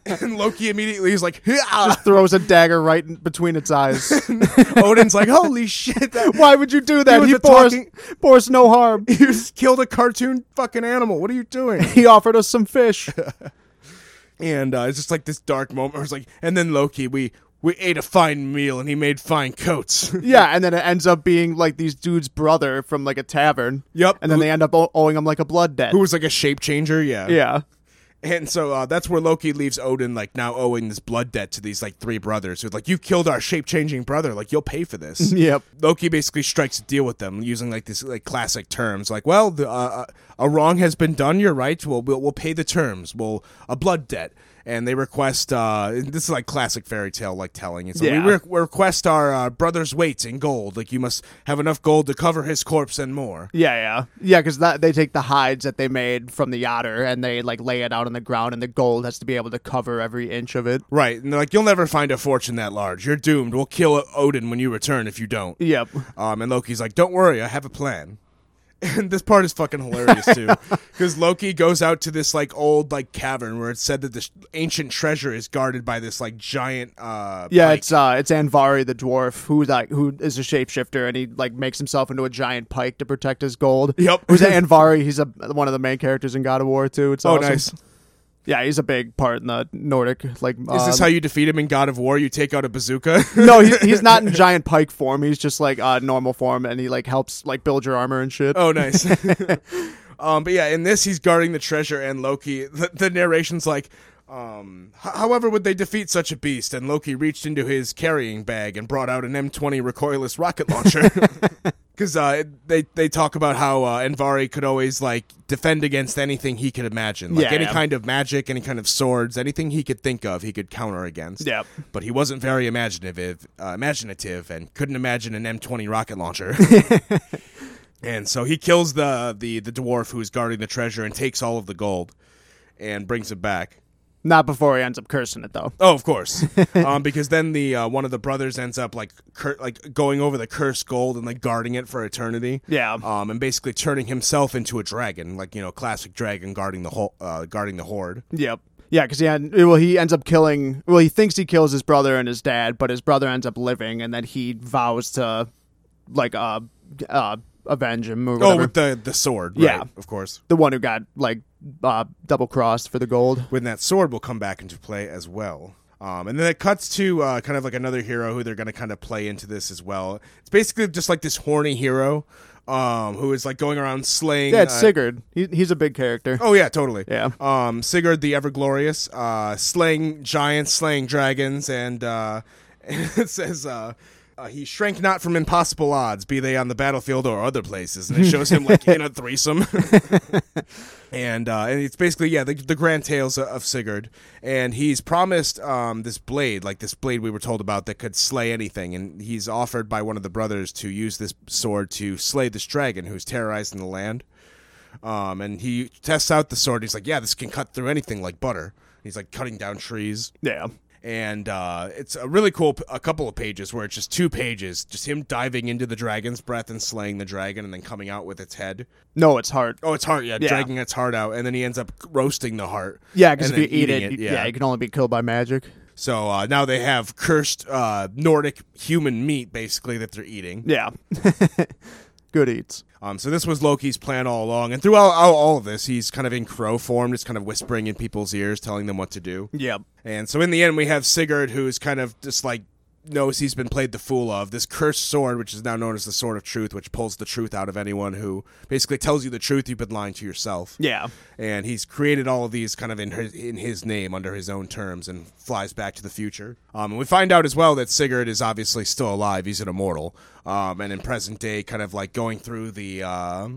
Speaker 1: and Loki immediately is like, "Yeah."
Speaker 2: (laughs) Throws a dagger right in between its (laughs) eyes.
Speaker 1: (laughs) Odin's like, "Holy shit! That (laughs)
Speaker 2: (laughs) Why would you do that?
Speaker 1: was
Speaker 2: He
Speaker 1: a
Speaker 2: bore us,
Speaker 1: talking-
Speaker 2: bore us no harm.
Speaker 1: you just killed a cartoon fucking animal. What are you doing?"
Speaker 2: (laughs) He offered us some fish.
Speaker 1: And uh, it's just like this dark moment. Where it's like, and then Loki, we we ate a fine meal, and he made fine coats.
Speaker 2: (laughs)
Speaker 1: (laughs)
Speaker 2: Yeah, and then it ends up being like these dude's brother from like a tavern.
Speaker 1: Yup.
Speaker 2: And then they end up o- owing him like a blood debt.
Speaker 1: Who was like a shape changer? Yeah.
Speaker 2: (laughs) yeah.
Speaker 1: And so uh, that's where Loki leaves Odin, like now owing this blood debt to these like three brothers who like you killed our shape changing brother. Like you'll pay for this.
Speaker 2: Yep.
Speaker 1: Loki basically strikes a deal with them using like this like classic terms like well the, uh, uh, a wrong has been done you're right we'll we'll, we'll pay the terms we'll a blood debt and they request uh, this is like classic fairy tale like telling it's like,
Speaker 2: Yeah.
Speaker 1: we, re- we request our uh, brother's weight in gold like you must have enough gold to cover his corpse and more
Speaker 2: Yeah, yeah. Yeah, because they take the hides that they made from the otter and they like lay it out on the ground and the gold has to be able to cover every inch of it.
Speaker 1: right and they're like you'll never find a fortune that large you're doomed we'll kill Odin when you return if you don't
Speaker 2: Yep.
Speaker 1: Um, and Loki's like, "Don't worry, I have a plan." (laughs) And this part is fucking hilarious
Speaker 2: (laughs)
Speaker 1: too, because Loki goes out to this like old like cavern where it's said that this ancient treasure is guarded by this like giant. Uh,
Speaker 2: Yeah,
Speaker 1: pike.
Speaker 2: it's uh it's Anvari the dwarf who like who is a shapeshifter and he like makes himself into a giant pike to protect his gold.
Speaker 1: Yep.
Speaker 2: (laughs)
Speaker 1: (laughs)
Speaker 2: Who's Anvari? He's a one of the main characters in God of War too. It's
Speaker 1: oh
Speaker 2: awesome.
Speaker 1: nice.
Speaker 2: Yeah, he's a big part in the Nordic like uh,
Speaker 1: Is this how you defeat him in God of War? You take out a bazooka.
Speaker 2: (laughs)
Speaker 1: (laughs)
Speaker 2: no, he, he's not in giant pike form. He's just like uh, normal form, and he like helps like build your armor and shit.
Speaker 1: Oh, nice. (laughs) um, but yeah, in this, he's guarding the treasure, and Loki. The, the narration's like, um, "H- however, would they defeat such a beast? And Loki reached into his carrying bag and brought out an M20 recoilless rocket launcher. (laughs) Because uh, they they talk about how uh, Envari could always like defend against anything he could imagine, like
Speaker 2: Yeah,
Speaker 1: any
Speaker 2: yeah.
Speaker 1: kind of magic, any kind of swords, anything he could think of, he could counter against.
Speaker 2: Yep.
Speaker 1: But he wasn't very imaginative, uh, imaginative, and couldn't imagine an M20 rocket
Speaker 2: (laughs)
Speaker 1: launcher. And so he kills the the the dwarf who's guarding the treasure and takes all of the gold and brings it back.
Speaker 2: Not before he ends up cursing it though.
Speaker 1: Oh, of
Speaker 2: (laughs)
Speaker 1: course, um, because then the uh, one of the brothers ends up like cur- like going over the cursed gold and like guarding it for eternity.
Speaker 2: Yeah.
Speaker 1: um, and basically turning himself into a dragon, like you know, classic dragon guarding the whole uh, guarding the horde.
Speaker 2: Yep. Yeah, because he had, well he ends up killing. Well, he thinks he kills his brother and his dad, but his brother ends up living, and then he vows to like uh uh avenge him or
Speaker 1: Oh,
Speaker 2: whatever.
Speaker 1: with the the sword.
Speaker 2: Yeah.
Speaker 1: right, of course.
Speaker 2: the one who got like uh double crossed for the gold.
Speaker 1: when that sword will come back into play as well. Um, and then it cuts to uh, kind of like another hero who they're going to kind of play into this as well. It's basically just like this horny hero um, who is like going around slaying.
Speaker 2: Yeah, it's
Speaker 1: uh,
Speaker 2: Sigurd. He, he's a big character.
Speaker 1: Oh yeah, totally.
Speaker 2: Yeah.
Speaker 1: Um, Sigurd the Ever Glorious, uh, slaying giants, slaying dragons, and uh, (laughs) it says uh, uh, he shrank not from impossible odds, be they on the battlefield or other places, and it shows him like in a threesome. (laughs) And, uh, and it's basically yeah the, the grand tales of- of Sigurd and he's promised um, this blade like this blade we were told about that could slay anything and he's offered by one of the brothers to use this sword to slay this dragon who's terrorizing the land um, and he tests out the sword. He's like, "Yeah, this can cut through anything like butter." He's like cutting down trees,
Speaker 2: Yeah.
Speaker 1: and uh, it's a really cool p- a couple of pages where it's just two pages, just him diving into the dragon's breath and slaying the dragon, and then coming out with its head.
Speaker 2: No, it's hard.
Speaker 1: Oh, it's heart, yeah,
Speaker 2: Yeah.
Speaker 1: dragging its heart out, and then he ends up roasting the heart.
Speaker 2: Yeah, because if
Speaker 1: and
Speaker 2: you
Speaker 1: then
Speaker 2: eat it,
Speaker 1: eating
Speaker 2: you- yeah. you can only be killed by magic.
Speaker 1: So uh, now they have cursed uh, Nordic human meat, basically, that they're eating.
Speaker 2: Yeah. (laughs) Good eats.
Speaker 1: Um, so this was Loki's plan all along, and throughout all, all of this, he's kind of in crow form, just kind of whispering in people's ears, telling them what to do.
Speaker 2: Yeah.
Speaker 1: And so in the end, we have Sigurd, who's kind of just like knows he's been played the fool of this cursed sword, which is now known as the Sword of Truth, which pulls the truth out of anyone who basically tells you the truth. You've been lying to yourself.
Speaker 2: Yeah. (laughs)
Speaker 1: And he's created all of these kind of in his, in his name under his own terms and flies back to the future. Um, and we find out as well that Sigurd is obviously still alive. He's an immortal. Um, and in present day, kind of like going through the uh,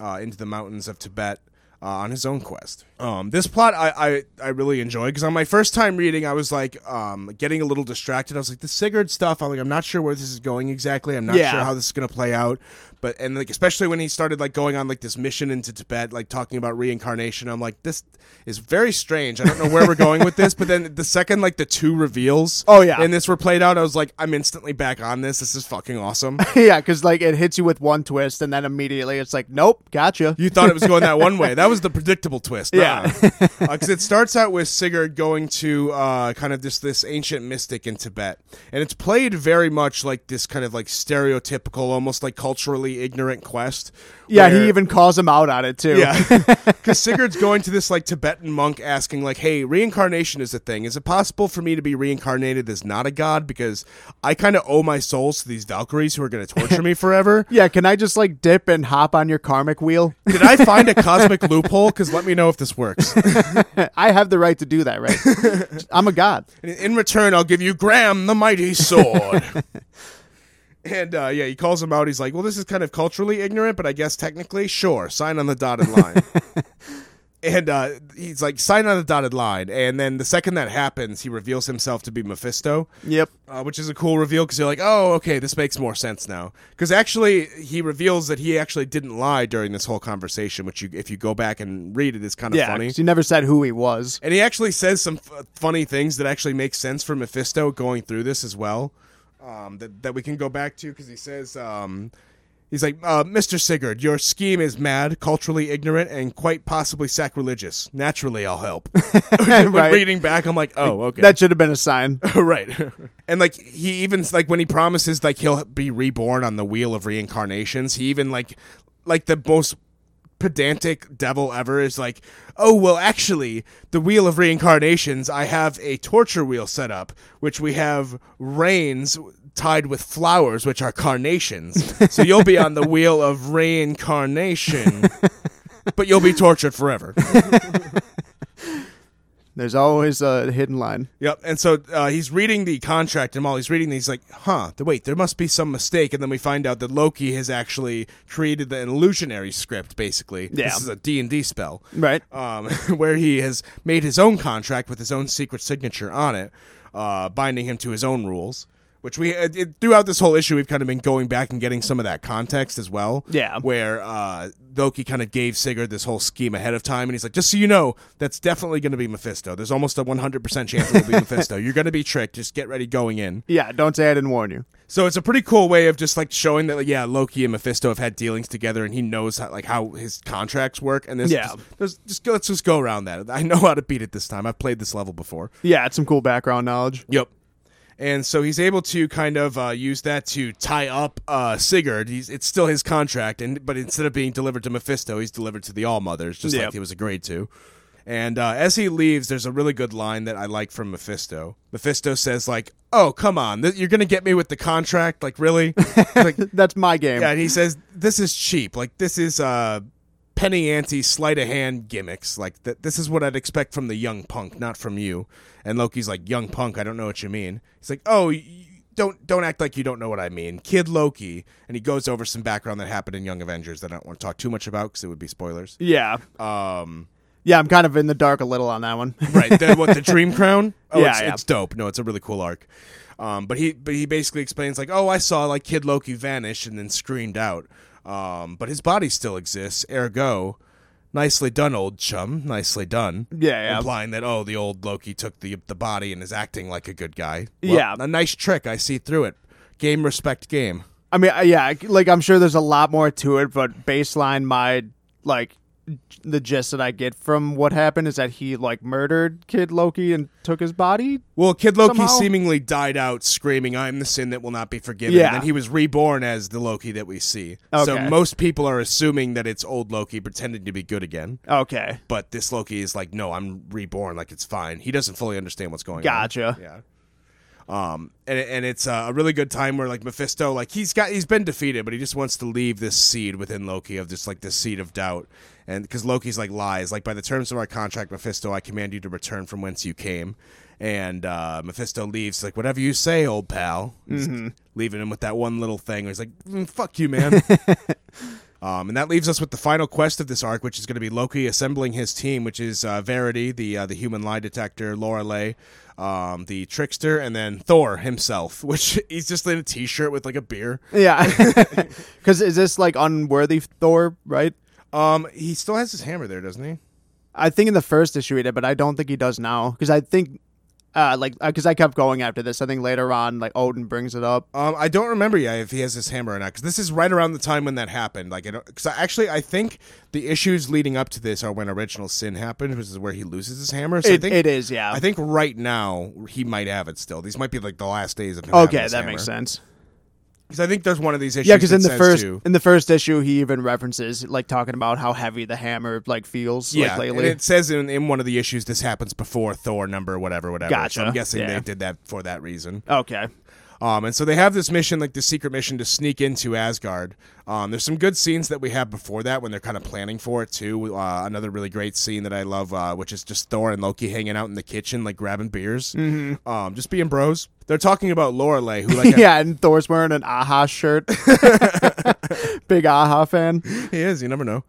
Speaker 1: uh, into the mountains of Tibet. Uh, on his own quest. Um, this plot I, I, I really enjoy because on my first time reading, I was like um, getting a little distracted. I was like, the Sigurd stuff. I'm like, I'm not sure where this is going exactly. I'm not
Speaker 2: Yeah.
Speaker 1: sure how this is going to play out. But and like especially when he started like going on like this mission into Tibet, like talking about reincarnation, I'm like, this is very strange. I don't know where we're going with this. But then the second like the two reveals,
Speaker 2: Oh, yeah.
Speaker 1: and this were played out, I was like, I'm instantly back on this. This is fucking awesome.
Speaker 2: Yeah, because like it hits you with one twist, and then immediately it's like, nope, gotcha.
Speaker 1: You thought it was going that one way. That was the predictable twist.
Speaker 2: Yeah.
Speaker 1: Because it starts out with Sigurd going to uh, kind of this, this ancient mystic in Tibet. And it's played very much like this kind of like stereotypical, almost like culturally ignorant quest.
Speaker 2: yeah,
Speaker 1: where-
Speaker 2: he even calls him out on it too.
Speaker 1: yeah, because Sigurd's going to this like Tibetan monk asking like, "Hey, reincarnation is a thing. Is it possible for me to be reincarnated as not a god? Because I kind of owe my souls to these Valkyries who are going to torture me forever.
Speaker 2: Yeah, can I just like dip and hop on your karmic wheel? (laughs)
Speaker 1: Did I find a cosmic loophole? Because let me know if this works.
Speaker 2: I have the right to do that, (laughs) right? I'm a god.
Speaker 1: And in return, I'll give you Graham the mighty
Speaker 2: (laughs)
Speaker 1: sword." And uh, yeah, he calls him out. He's like, "Well, this is kind of culturally ignorant, but I guess technically, sure, sign on the dotted
Speaker 2: (laughs)
Speaker 1: line." and uh, he's like, "Sign on the dotted line." And then the second that happens, he reveals himself to be Mephisto,
Speaker 2: Yep.
Speaker 1: uh, which is a cool reveal because you're like, "Oh, okay, this makes more sense now." Because actually, he reveals that he actually didn't lie during this whole conversation, which you, if you go back and read it, is kind of
Speaker 2: Yeah,
Speaker 1: funny.
Speaker 2: 'cause he never said who he was.
Speaker 1: And he actually says some f- funny things that actually make sense for Mephisto going through this as well. Um, that that we can go back to because he says um, he's like uh, Mr. Sigurd, your scheme is mad, culturally ignorant, and quite possibly sacrilegious. Naturally, I'll
Speaker 2: (laughs)
Speaker 1: help. (laughs) When
Speaker 2: Right.
Speaker 1: reading back, I'm like, oh, okay,
Speaker 2: That should have been a (laughs) sign.
Speaker 1: right. (laughs) and like he even like when he promises like he'll be reborn on the wheel of reincarnations, he even like like the most pedantic devil ever is like, "Oh, well actually, the wheel of reincarnations, I have a torture wheel set up which we have rains tied with flowers which are carnations. so you'll be on the wheel of reincarnation." But you'll be tortured forever.
Speaker 2: There's always a hidden line.
Speaker 1: Yep. And so uh, he's reading the contract, and while he's reading, these, he's like, huh, th- wait, there must be some mistake. And then we find out that Loki has actually created the- an illusionary script, basically.
Speaker 2: Yeah.
Speaker 1: This is a D&D spell.
Speaker 2: Right.
Speaker 1: Um, (laughs) where he has made his own contract with his own secret signature on it, uh, binding him to his own rules. Which we it, it- throughout this whole issue, we've kind of been going back and getting some of that context as well.
Speaker 2: Yeah.
Speaker 1: where uh, Loki kind of gave Sigurd this whole scheme ahead of time, and he's like, "Just so you know, that's definitely going to be Mephisto. There's almost a 100 percent chance it will be Mephisto. You're going to be tricked. Just get ready going in."
Speaker 2: Yeah, don't say I didn't warn you.
Speaker 1: So it's a pretty cool way of just like showing that like, yeah, Loki and Mephisto have had dealings together, and he knows how, like how his contracts work. And there's
Speaker 2: Yeah.
Speaker 1: just, there's just let's just go around that. I know how to beat it this time. I've played this level before.
Speaker 2: Yeah, it's some cool background knowledge. (laughs)
Speaker 1: Yep. And so he's able to kind of uh, use that to tie up uh, Sigurd. He's, it's still his contract, and but instead of being delivered to Mephisto, he's delivered to the All Mothers, just
Speaker 2: Yep.
Speaker 1: like he was agreed to. And uh, as he leaves, there's a really good line that I like from Mephisto. Mephisto says, "Like, oh come on, th- you're gonna get me with the contract? Like, really? like,
Speaker 2: That's my game.
Speaker 1: yeah, and he says this is cheap. Like this is uh penny ante sleight of hand gimmicks. Like th- this is what I'd expect from the young punk, not from you. And Loki's like, "Young punk, I don't know what you mean." He's like, "Oh, y- y- don't don't act like you don't know what I mean, kid Loki." And he goes over some background that happened in Young Avengers that I don't want to talk too much about because it would be spoilers.
Speaker 2: Yeah.
Speaker 1: Um,
Speaker 2: Yeah, I'm kind of in the dark a little on that one. (laughs)
Speaker 1: right the, what the dream crown oh
Speaker 2: Yeah,
Speaker 1: it's,
Speaker 2: yeah.
Speaker 1: it's dope no it's a really cool arc um, but he but he basically explains like oh i saw like kid loki vanish and then screamed out um, but his body still exists ergo Nicely done, old chum. Nicely done.
Speaker 2: Yeah, yeah.
Speaker 1: Implying that oh, the old Loki took the the body and is acting like a good guy. Well,
Speaker 2: Yeah.
Speaker 1: a nice trick. I see through it. Game respect game.
Speaker 2: I mean, uh, yeah, like I'm sure there's a lot more to it, but baseline, my like the gist that I get from what happened is that he like murdered Kid Loki and took his body.
Speaker 1: Well, Kid Loki
Speaker 2: Somehow-
Speaker 1: seemingly died out screaming, "I'm the sin that will not be forgiven."
Speaker 2: Yeah.
Speaker 1: And then he was reborn as the Loki that we see. So
Speaker 2: Okay.
Speaker 1: most people are assuming that it's old Loki pretending to be good again.
Speaker 2: Okay,
Speaker 1: But this Loki is like, "No, I'm reborn. Like it's fine." He doesn't fully understand what's going on.
Speaker 2: gotcha.
Speaker 1: Yeah. Um, and and it's uh, a really good time where like Mephisto, like he's got he's been defeated, but he just wants to leave this seed within Loki of just like this seed of doubt, and because Loki's like lies, like by the terms of our contract, Mephisto, I command you to return from whence you came, and uh, Mephisto leaves like whatever you say, old pal, Just leaving him with that one little thing where he's like, "Mm, fuck you, man. Um, and that leaves us with the final quest of this arc, which is going to be Loki assembling his team, which is uh, Verity, the uh, the human lie detector, Lorelei, um, the trickster, and then Thor himself, (laughs) which he's just in a t-shirt with like a beer.
Speaker 2: Yeah, (laughs) because is this like unworthy Thor? Right?
Speaker 1: Um, he still has his hammer there, doesn't he?
Speaker 2: I think in the first issue he did, but I don't think he does now because I think. Uh, like, because I kept going after this. I think later on, like Odin brings it up.
Speaker 1: Um, I don't remember yet if he has his hammer or not, because this is right around the time when that happened. Like, because I actually I think the issues leading up to this are when Original Sin happened, which is where he loses his hammer. So I
Speaker 2: It,
Speaker 1: think
Speaker 2: it is, yeah.
Speaker 1: I think right now he might have it still. These might be like the last days of him. having
Speaker 2: okay,
Speaker 1: his
Speaker 2: that
Speaker 1: hammer.
Speaker 2: makes sense.
Speaker 1: Because I think there's one of these issues.
Speaker 2: Yeah, because in the
Speaker 1: that says,
Speaker 2: first
Speaker 1: too-
Speaker 2: in the first issue, he even references like talking about how heavy the hammer like feels
Speaker 1: yeah,
Speaker 2: like
Speaker 1: and
Speaker 2: lately.
Speaker 1: it says in, in one of the issues this happens before Thor number whatever whatever. So
Speaker 2: Gotcha.
Speaker 1: I'm guessing
Speaker 2: Yeah.
Speaker 1: they did that for that reason.
Speaker 2: okay,
Speaker 1: Um, and so they have this mission, like this secret mission, to sneak into Asgard. Um, there's some good scenes that we have before that when they're kind of planning for it too. Uh, another really great scene that I love, uh, which is just Thor and Loki hanging out in the kitchen, like grabbing beers, mm-hmm. um, just being bros. They're talking about Lorelei, who like
Speaker 2: (laughs) yeah, and Thor's wearing an Aha shirt. (laughs) Big Aha fan. (laughs)
Speaker 1: (laughs) he is. You never know.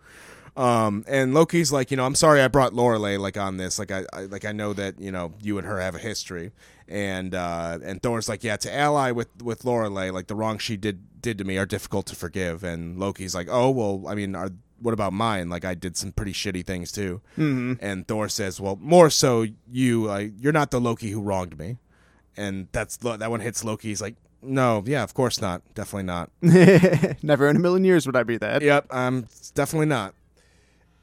Speaker 1: Um, and Loki's like, you know, I'm sorry I brought Lorelei like on this. Like I, I like I know that you know you and her have a history. And uh, and Thor's like, yeah, to ally with with Lorelei, like the wrongs she did did to me are difficult to forgive. And Loki's like, oh well, I mean, are what about mine? Like I did some pretty shitty things too. Mm-hmm. And Thor says, well, more so you. Uh, you're not the Loki who wronged me. And that's Lo- that one hits Loki. He's like, no, yeah, of course not, definitely not.
Speaker 2: Never in a million years would I be that.
Speaker 1: Yep, I'm definitely not.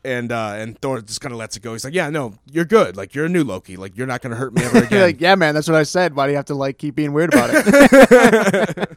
Speaker 1: And uh, and Thor just kind of lets it go. He's like, "Yeah, no, you're good. Like you're a new Loki. Like you're not gonna hurt me ever
Speaker 2: (laughs) You're
Speaker 1: again."
Speaker 2: like, yeah, man, that's what I said. Why do you have to like keep being weird about
Speaker 1: (laughs)
Speaker 2: it?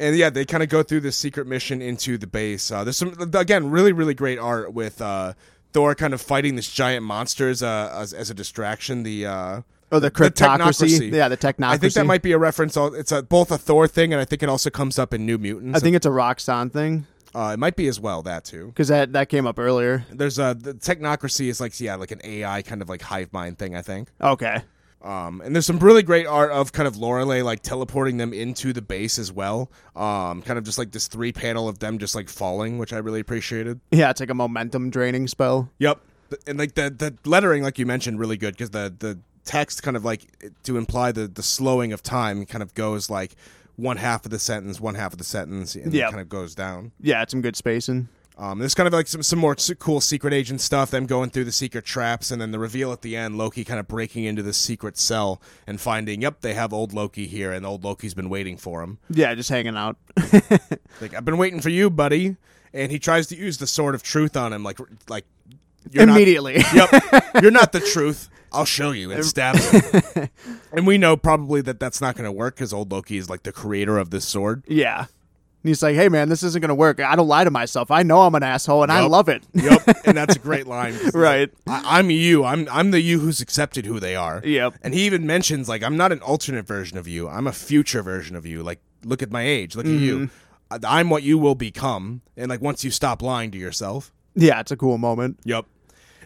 Speaker 1: and yeah, they kind of go through this secret mission into the base. Uh, there's some again really really great art with uh, Thor kind of fighting this giant monster as a as, as a distraction. The uh,
Speaker 2: oh, the cryptocracy.
Speaker 1: technocracy.
Speaker 2: yeah, the technocracy.
Speaker 1: I think that might be a reference. al- It's a, both a Thor thing, and I think it also comes up in New Mutants.
Speaker 2: I think it's a Roxxon thing
Speaker 1: uh, it might be as well that too.
Speaker 2: because that that came up earlier.
Speaker 1: There's a the technocracy is like yeah like an AI kind of like hive mind thing. I think.
Speaker 2: Okay.
Speaker 1: Um, and there's some really great art of kind of Lorelei like teleporting them into the base as well. Um, kind of just like this three panel of them just like falling, which I really appreciated.
Speaker 2: Yeah, it's like a momentum draining spell.
Speaker 1: Yep. And like the the lettering, like you mentioned, really good because the the text kind of like to imply the the slowing of time kind of goes like one half of the sentence, one half of the sentence, and it
Speaker 2: Yep.
Speaker 1: kind of goes down.
Speaker 2: Yeah, it's some good spacing.
Speaker 1: Um, there's kind of like some, some more s- cool secret agent stuff, them going through the secret traps, and then the reveal at the end, Loki kind of breaking into the secret cell and finding, yep, they have old Loki here, and old Loki's been waiting for him.
Speaker 2: Yeah, just hanging out.
Speaker 1: Like, I've been waiting for you, buddy. And he tries to use the sword of truth on him, like, like you're not- (laughs)
Speaker 2: Immediately.
Speaker 1: yep, you're not the truth. I'll show you and stabs him. and we know probably that that's not going to work because old Loki is like the creator of this sword.
Speaker 2: Yeah. And he's like, hey, man, this isn't going to work. I don't lie to myself. I know I'm an asshole and I
Speaker 1: Yup.
Speaker 2: love it. (laughs)
Speaker 1: Yep, and that's a great line. 'cause he's like,
Speaker 2: Right.
Speaker 1: I, I'm you. I'm I'm the you who's accepted who they are.
Speaker 2: Yep.
Speaker 1: And he even mentions like I'm not an alternate version of you. I'm a future version of you. Like look at my age. Look at you.
Speaker 2: Mm-hmm.
Speaker 1: I- I'm what you will become. And like once you stop lying to yourself.
Speaker 2: Yeah, it's a cool moment.
Speaker 1: Yep.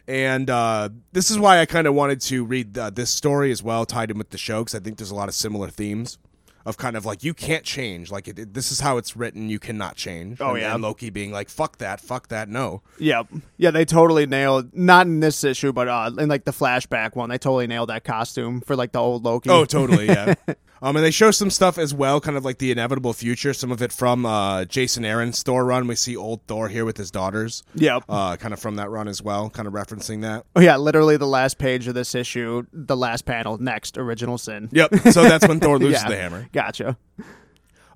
Speaker 1: And uh, this is why I kind of wanted to read uh, this story as well, tied in with the show, because I think there's a lot of similar themes. of kind of like you can't change. Like it, it- this is how it's written. You cannot change.
Speaker 2: Oh,
Speaker 1: and,
Speaker 2: yeah.
Speaker 1: and Loki being like, "Fuck that, fuck that, no."
Speaker 2: Yep. Yeah, they totally nailed not in this issue, but uh in like the flashback one, they totally nailed that costume for like the old Loki. (laughs)
Speaker 1: Oh, totally, yeah. um, and they show some stuff as well, kind of like the inevitable future. Some of it from uh, Jason Aaron's Thor run. We see old Thor here with his daughters.
Speaker 2: Yep.
Speaker 1: Uh, kind of from that run as well, kind of referencing that.
Speaker 2: Oh yeah, literally the last page of this issue, the last panel, next original sin.
Speaker 1: Yep. So that's when Thor loses
Speaker 2: Yeah.
Speaker 1: the hammer.
Speaker 2: Gotcha.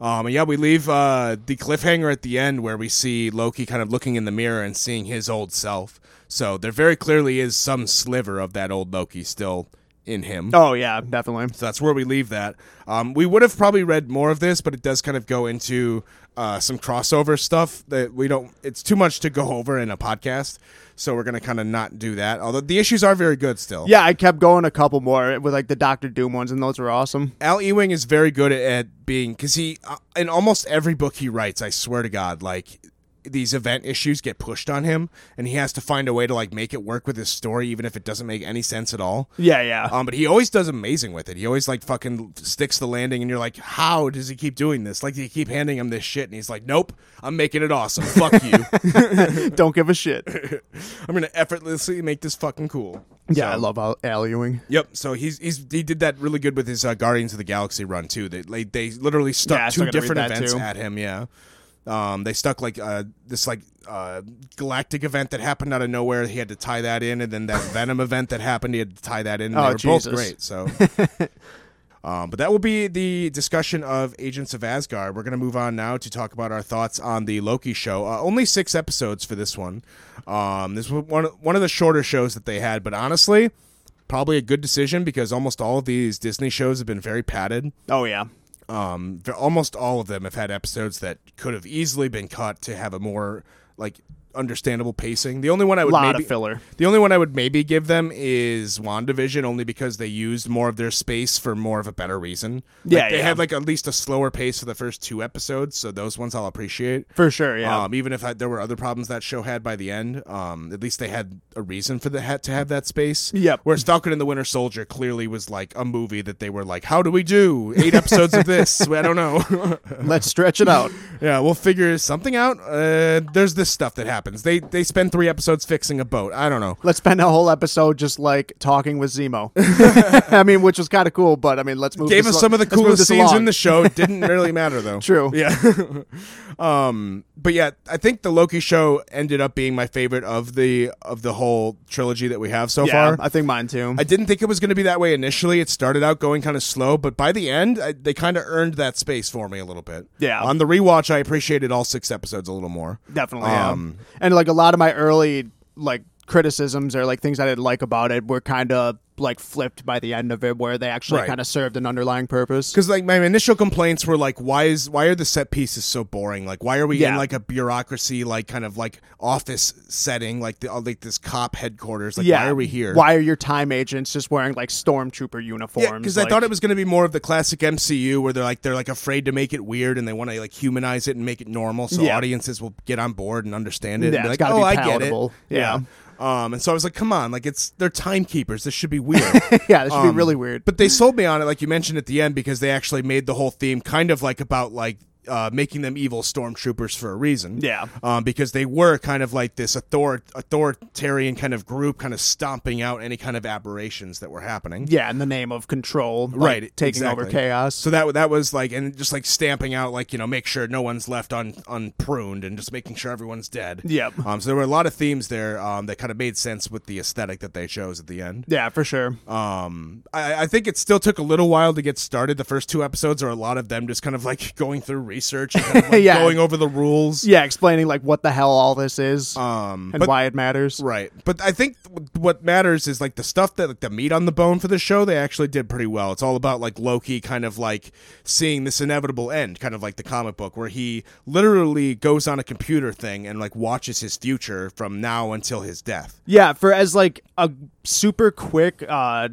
Speaker 1: Um, and yeah, we leave uh, the cliffhanger at the end where we see Loki kind of looking in the mirror and seeing his old self. So there very clearly is some sliver of that old Loki still in him.
Speaker 2: Oh yeah, definitely.
Speaker 1: So that's where we leave that. Um, we would have probably read more of this, but it does kind of go into uh, some crossover stuff that we don't. It's too much to go over in a podcast, so we're going to kind of not do that. Although the issues are very good still.
Speaker 2: Yeah, I kept going a couple more with like the Doctor Doom ones, and those were awesome.
Speaker 1: Al Ewing is very good at, at being because he uh, in almost every book he writes. I swear to God, like these event issues get pushed on him, and he has to find a way to like make it work with his story, even if it doesn't make any sense at all.
Speaker 2: Yeah, yeah.
Speaker 1: Um, but he always does amazing with it. He always like fucking sticks the landing, and you're like, how does he keep doing this? Like, you keep handing him this shit, and he's like, nope, I'm making it awesome.
Speaker 2: (laughs)
Speaker 1: Fuck you.
Speaker 2: Don't give a (laughs) shit.
Speaker 1: I'm gonna effortlessly make this fucking cool.
Speaker 2: Yeah,
Speaker 1: So-
Speaker 2: I love Al, Al Ewing.
Speaker 1: Yep. So he's he's he did that really good with his uh, Guardians of the Galaxy run too. They like, they literally stuck
Speaker 2: Yeah, I was
Speaker 1: two
Speaker 2: gonna read
Speaker 1: different
Speaker 2: that,
Speaker 1: events
Speaker 2: too.
Speaker 1: at him. Yeah. Um, they stuck like uh, this like uh, galactic event that happened out of nowhere. He had to tie that in, and then
Speaker 2: (laughs)
Speaker 1: that Venom event that happened. He had to tie that in. And
Speaker 2: Oh,
Speaker 1: they were
Speaker 2: Jesus.
Speaker 1: both great. So.
Speaker 2: (laughs)
Speaker 1: Um, but that will be the discussion of Agents of Asgard. We're going to move on now to talk about our thoughts on the Loki show. Uh, only six episodes for this one. Um, this was one one of the shorter shows that they had, but honestly, probably a good decision because almost all of these Disney shows have been very padded.
Speaker 2: Oh yeah.
Speaker 1: Um, ve- almost all of them have had episodes that could have easily been cut to have a more like understandable pacing. The only one I would
Speaker 2: Lot
Speaker 1: maybe
Speaker 2: of filler.
Speaker 1: the only one I would maybe give them is WandaVision, only because they used more of their space for more of a better reason. Like,
Speaker 2: Yeah,
Speaker 1: they
Speaker 2: yeah.
Speaker 1: had like at least a slower pace for the first two episodes, so those ones I'll appreciate.
Speaker 2: For sure, yeah.
Speaker 1: Um, even if I, there were other problems that show had by the end, um, at least they had a reason for the had to have that space.
Speaker 2: Yep.
Speaker 1: Whereas Falcon and the Winter Soldier clearly was like a movie that they were like, "How do we do eight episodes of this? (laughs) I don't know."
Speaker 2: Uh, Let's stretch it (laughs) out.
Speaker 1: yeah, we'll figure something out. Uh, there's this stuff that happens. They they spend three episodes fixing a boat. I don't know.
Speaker 2: Let's spend a whole episode just like talking
Speaker 1: (laughs)
Speaker 2: with Zemo. (laughs) I mean, which was kind of cool, but I mean, let's move.
Speaker 1: gave
Speaker 2: this
Speaker 1: us
Speaker 2: al-
Speaker 1: some of the
Speaker 2: let's move
Speaker 1: coolest
Speaker 2: this
Speaker 1: scenes in
Speaker 2: along.
Speaker 1: the show. (laughs) It Didn't really matter though.
Speaker 2: True.
Speaker 1: Yeah. (laughs) um, but yeah, I think the Loki show ended up being my favorite of the of the whole trilogy that we have so
Speaker 2: Yeah,
Speaker 1: far.
Speaker 2: I think mine too.
Speaker 1: I didn't think it was going to be that way initially. It started out going kind of slow, but by the end, I, they kind of earned that space for me a little bit.
Speaker 2: Yeah.
Speaker 1: On the rewatch, I appreciated all six episodes a little more.
Speaker 2: Definitely.
Speaker 1: Um,
Speaker 2: yeah. And like a lot of my early like criticisms or like things I didn't like about it were kind of like flipped by the end of it, where they actually
Speaker 1: Right.
Speaker 2: kind of served an underlying purpose.
Speaker 1: Because like my initial complaints were like, why is why are the set pieces so boring? Like, why are we in
Speaker 2: Yeah.
Speaker 1: like a bureaucracy, like kind of like office setting, like the like this cop headquarters? Like,
Speaker 2: yeah.
Speaker 1: why are we here?
Speaker 2: Why are your time agents just wearing like stormtrooper uniforms?
Speaker 1: Yeah, because
Speaker 2: like, (laughs)
Speaker 1: I thought it was going to be more of the classic MCU where they're like they're like afraid to make it weird and they want to like humanize it and make it normal so
Speaker 2: Yeah.
Speaker 1: audiences will get on board and understand it.
Speaker 2: Yeah,
Speaker 1: and be
Speaker 2: it's
Speaker 1: like,
Speaker 2: gotta
Speaker 1: oh,
Speaker 2: be
Speaker 1: I get it.
Speaker 2: palatable. Yeah.
Speaker 1: Um, and so I was like, come on, like it's they're timekeepers. This should be weird.
Speaker 2: (laughs) yeah, that should
Speaker 1: Um,
Speaker 2: be really weird.
Speaker 1: But they sold me on it, like you mentioned at the end, because they actually made the whole theme kind of like about like uh, making them evil stormtroopers for a reason.
Speaker 2: Yeah.
Speaker 1: Um, because they were kind of like this author- authoritarian kind of group, kind of stomping out any kind of aberrations that were happening.
Speaker 2: yeah, in the name of control, like,
Speaker 1: Right,
Speaker 2: Taking over
Speaker 1: exactly.
Speaker 2: chaos.
Speaker 1: So that that was like, and just like stamping out, like you know, make sure no one's left un unpruned, and just making sure everyone's dead.
Speaker 2: Yep.
Speaker 1: Um. So there were a lot of themes there, um, that kind of made sense with the aesthetic that they chose at the end.
Speaker 2: yeah, for sure.
Speaker 1: Um, I, I think it still took a little while to get started. The first two episodes are a lot of them just kind of like (laughs) going through research, and kind of like
Speaker 2: (laughs) Yeah.
Speaker 1: going over the rules.
Speaker 2: yeah, explaining like what the hell all this is
Speaker 1: Um,
Speaker 2: and
Speaker 1: but-
Speaker 2: why it matters.
Speaker 1: Right, but I think th- what matters is like the stuff that like the meat on the bone for the show. They actually did pretty well. It's all about like Loki, kind of like seeing this inevitable end, kind of like the comic book, where he literally goes on a computer thing and like watches his future from now until his death.
Speaker 2: Yeah, for as like a super quick uh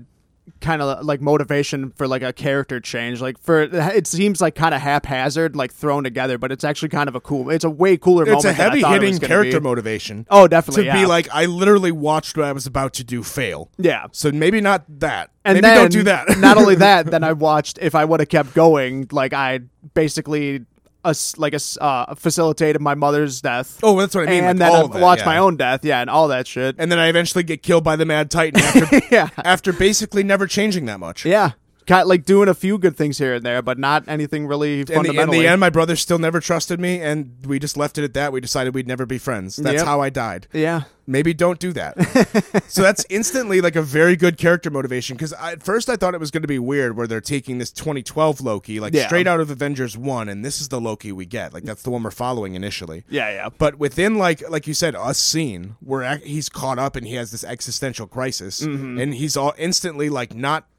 Speaker 2: kind of like motivation for like a character change. Like for it seems like kind of haphazard, like thrown together, but it's actually kind of a cool. It's a way cooler.
Speaker 1: It's
Speaker 2: moment
Speaker 1: a
Speaker 2: than I
Speaker 1: heavy
Speaker 2: thought it
Speaker 1: hitting
Speaker 2: was gonna
Speaker 1: character
Speaker 2: be.
Speaker 1: motivation.
Speaker 2: Oh, definitely.
Speaker 1: to
Speaker 2: yeah.
Speaker 1: be like, I literally watched what I was about to do fail.
Speaker 2: yeah.
Speaker 1: So maybe not that.
Speaker 2: And
Speaker 1: maybe
Speaker 2: then,
Speaker 1: don't do that.
Speaker 2: not only that, then I watched. If I would have kept going, like I basically, us like as- uh, facilitated my mother's death.
Speaker 1: (laughs) oh, that's what I mean.
Speaker 2: and
Speaker 1: like,
Speaker 2: then
Speaker 1: all
Speaker 2: I
Speaker 1: of that,
Speaker 2: watched
Speaker 1: yeah.
Speaker 2: my own death. Yeah, and all that shit.
Speaker 1: And then I eventually get killed by the Mad Titan after,
Speaker 2: (laughs) yeah,
Speaker 1: after basically never changing that much.
Speaker 2: yeah. Got like doing a few good things here and there, but not anything really
Speaker 1: In the, in
Speaker 2: fundamentally.
Speaker 1: the end, my brother still never trusted me, and we just left it at that. We decided we'd never be friends. That's
Speaker 2: Yep.
Speaker 1: how I died.
Speaker 2: yeah.
Speaker 1: Maybe don't do
Speaker 2: (laughs)
Speaker 1: that. so that's instantly like a very good character motivation because at first I thought it was going to be weird where they're taking this 2012 Loki, like
Speaker 2: Yeah.
Speaker 1: straight out of Avengers 1, and this is the Loki we get. Like that's the one we're following initially.
Speaker 2: Yeah, yeah.
Speaker 1: But within like like you said, a scene where ac- he's caught up and he has this existential crisis, and he's all instantly like not.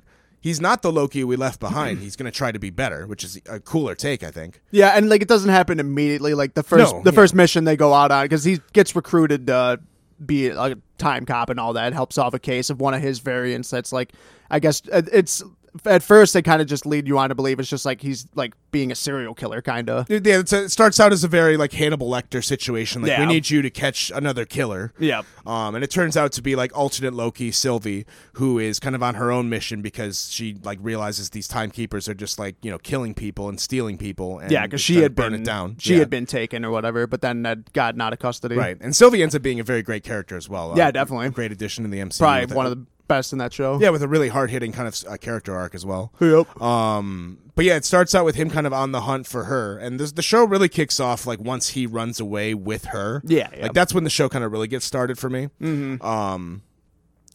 Speaker 1: He's not the Loki we left behind. He's going to try to be better, which is a cooler take, I think.
Speaker 2: Yeah, and like it doesn't happen immediately. Like the first
Speaker 1: No,
Speaker 2: the
Speaker 1: yeah.
Speaker 2: first mission they go out on because he gets recruited to be like a time cop and all that helps solve a case of one of his variants. That's like I guess uh, it's at first they kind of just lead you on to believe it's just like he's like being a serial killer kind of.
Speaker 1: Yeah, it's a, it starts out as a very like Hannibal Lecter situation. Like we
Speaker 2: Yeah.
Speaker 1: need you to catch another killer.
Speaker 2: Yeah.
Speaker 1: Um, and it turns out to be like alternate Loki Sylvie, who is kind of on her own mission because she like realizes these timekeepers are just like you know killing people and stealing people. And
Speaker 2: Yeah, because
Speaker 1: just
Speaker 2: she
Speaker 1: trying to
Speaker 2: had
Speaker 1: burn
Speaker 2: been
Speaker 1: it down.
Speaker 2: She
Speaker 1: Yeah.
Speaker 2: had been taken or whatever, but then that got out of custody.
Speaker 1: right, and Sylvie ends up being a very great character as well. Uh,
Speaker 2: Yeah, definitely.
Speaker 1: great addition to the MCU.
Speaker 2: Probably
Speaker 1: with a-
Speaker 2: one of the best in that show.
Speaker 1: yeah, with a really hard hitting kind of uh, character arc as well.
Speaker 2: Yep.
Speaker 1: Um, but yeah, it starts out with him kind of on the hunt for her, and this, the show really kicks off like once he runs away with her.
Speaker 2: Yeah, yeah.
Speaker 1: like that's when the show kind of really gets started for me. Mm-hmm. Um,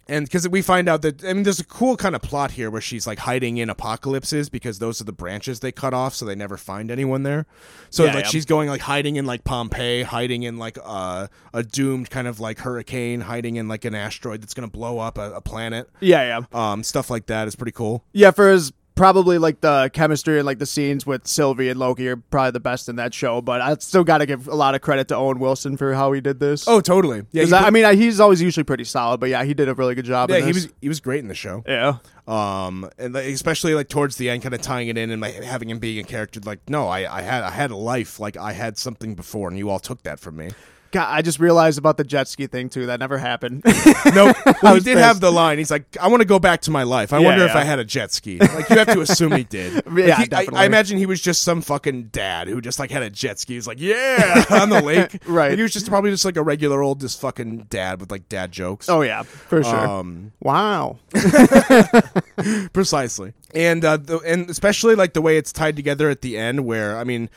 Speaker 1: and because we find out that I mean, there's a cool kind of plot here where she's like hiding in apocalypses because those are the branches they cut off, so they never find anyone there. So
Speaker 2: Yeah,
Speaker 1: like
Speaker 2: yeah.
Speaker 1: she's going like hiding in like Pompeii, hiding in like uh, a doomed kind of like hurricane, hiding in like an asteroid that's gonna blow up a, a planet.
Speaker 2: Yeah, yeah.
Speaker 1: Um, stuff like that is pretty cool.
Speaker 2: Yeah, for his probably like the chemistry and like the scenes with Sylvie and Loki are probably the best in that show. But I still got to give a lot of credit to Owen Wilson for how he did this.
Speaker 1: Oh, totally. Yeah,
Speaker 2: 'Cause
Speaker 1: he
Speaker 2: I,
Speaker 1: put-
Speaker 2: I mean, I, he's always usually pretty solid, but yeah, he did a really good job.
Speaker 1: yeah,
Speaker 2: in
Speaker 1: he
Speaker 2: this.
Speaker 1: was he was great in the show.
Speaker 2: Yeah,
Speaker 1: Um, and like, especially like towards the end, kind of tying it in and like, having him being a character. Like, no, I, I had I had a life. Like, I had something before, and you all took that from
Speaker 2: (laughs)
Speaker 1: me.
Speaker 2: God, I just realized about the jet ski thing too. That never happened. (laughs)
Speaker 1: No, well, he
Speaker 2: was
Speaker 1: did have
Speaker 2: pissed.
Speaker 1: the line. He's like, I want to go back to my life. I
Speaker 2: Yeah,
Speaker 1: wonder if
Speaker 2: yeah.
Speaker 1: I had a jet ski. Like, you have to assume he did. Like,
Speaker 2: (laughs) Yeah,
Speaker 1: he- I- I,
Speaker 2: definitely.
Speaker 1: imagine he was just some fucking dad who just like had a jet ski. He's like, yeah, on the lake.
Speaker 2: (laughs) Right.
Speaker 1: He was just probably just like a regular old just fucking dad with like dad jokes.
Speaker 2: oh yeah, for sure.
Speaker 1: Um,
Speaker 2: wow.
Speaker 1: precisely and uh the, and especially like the way it's tied together at the end where i mean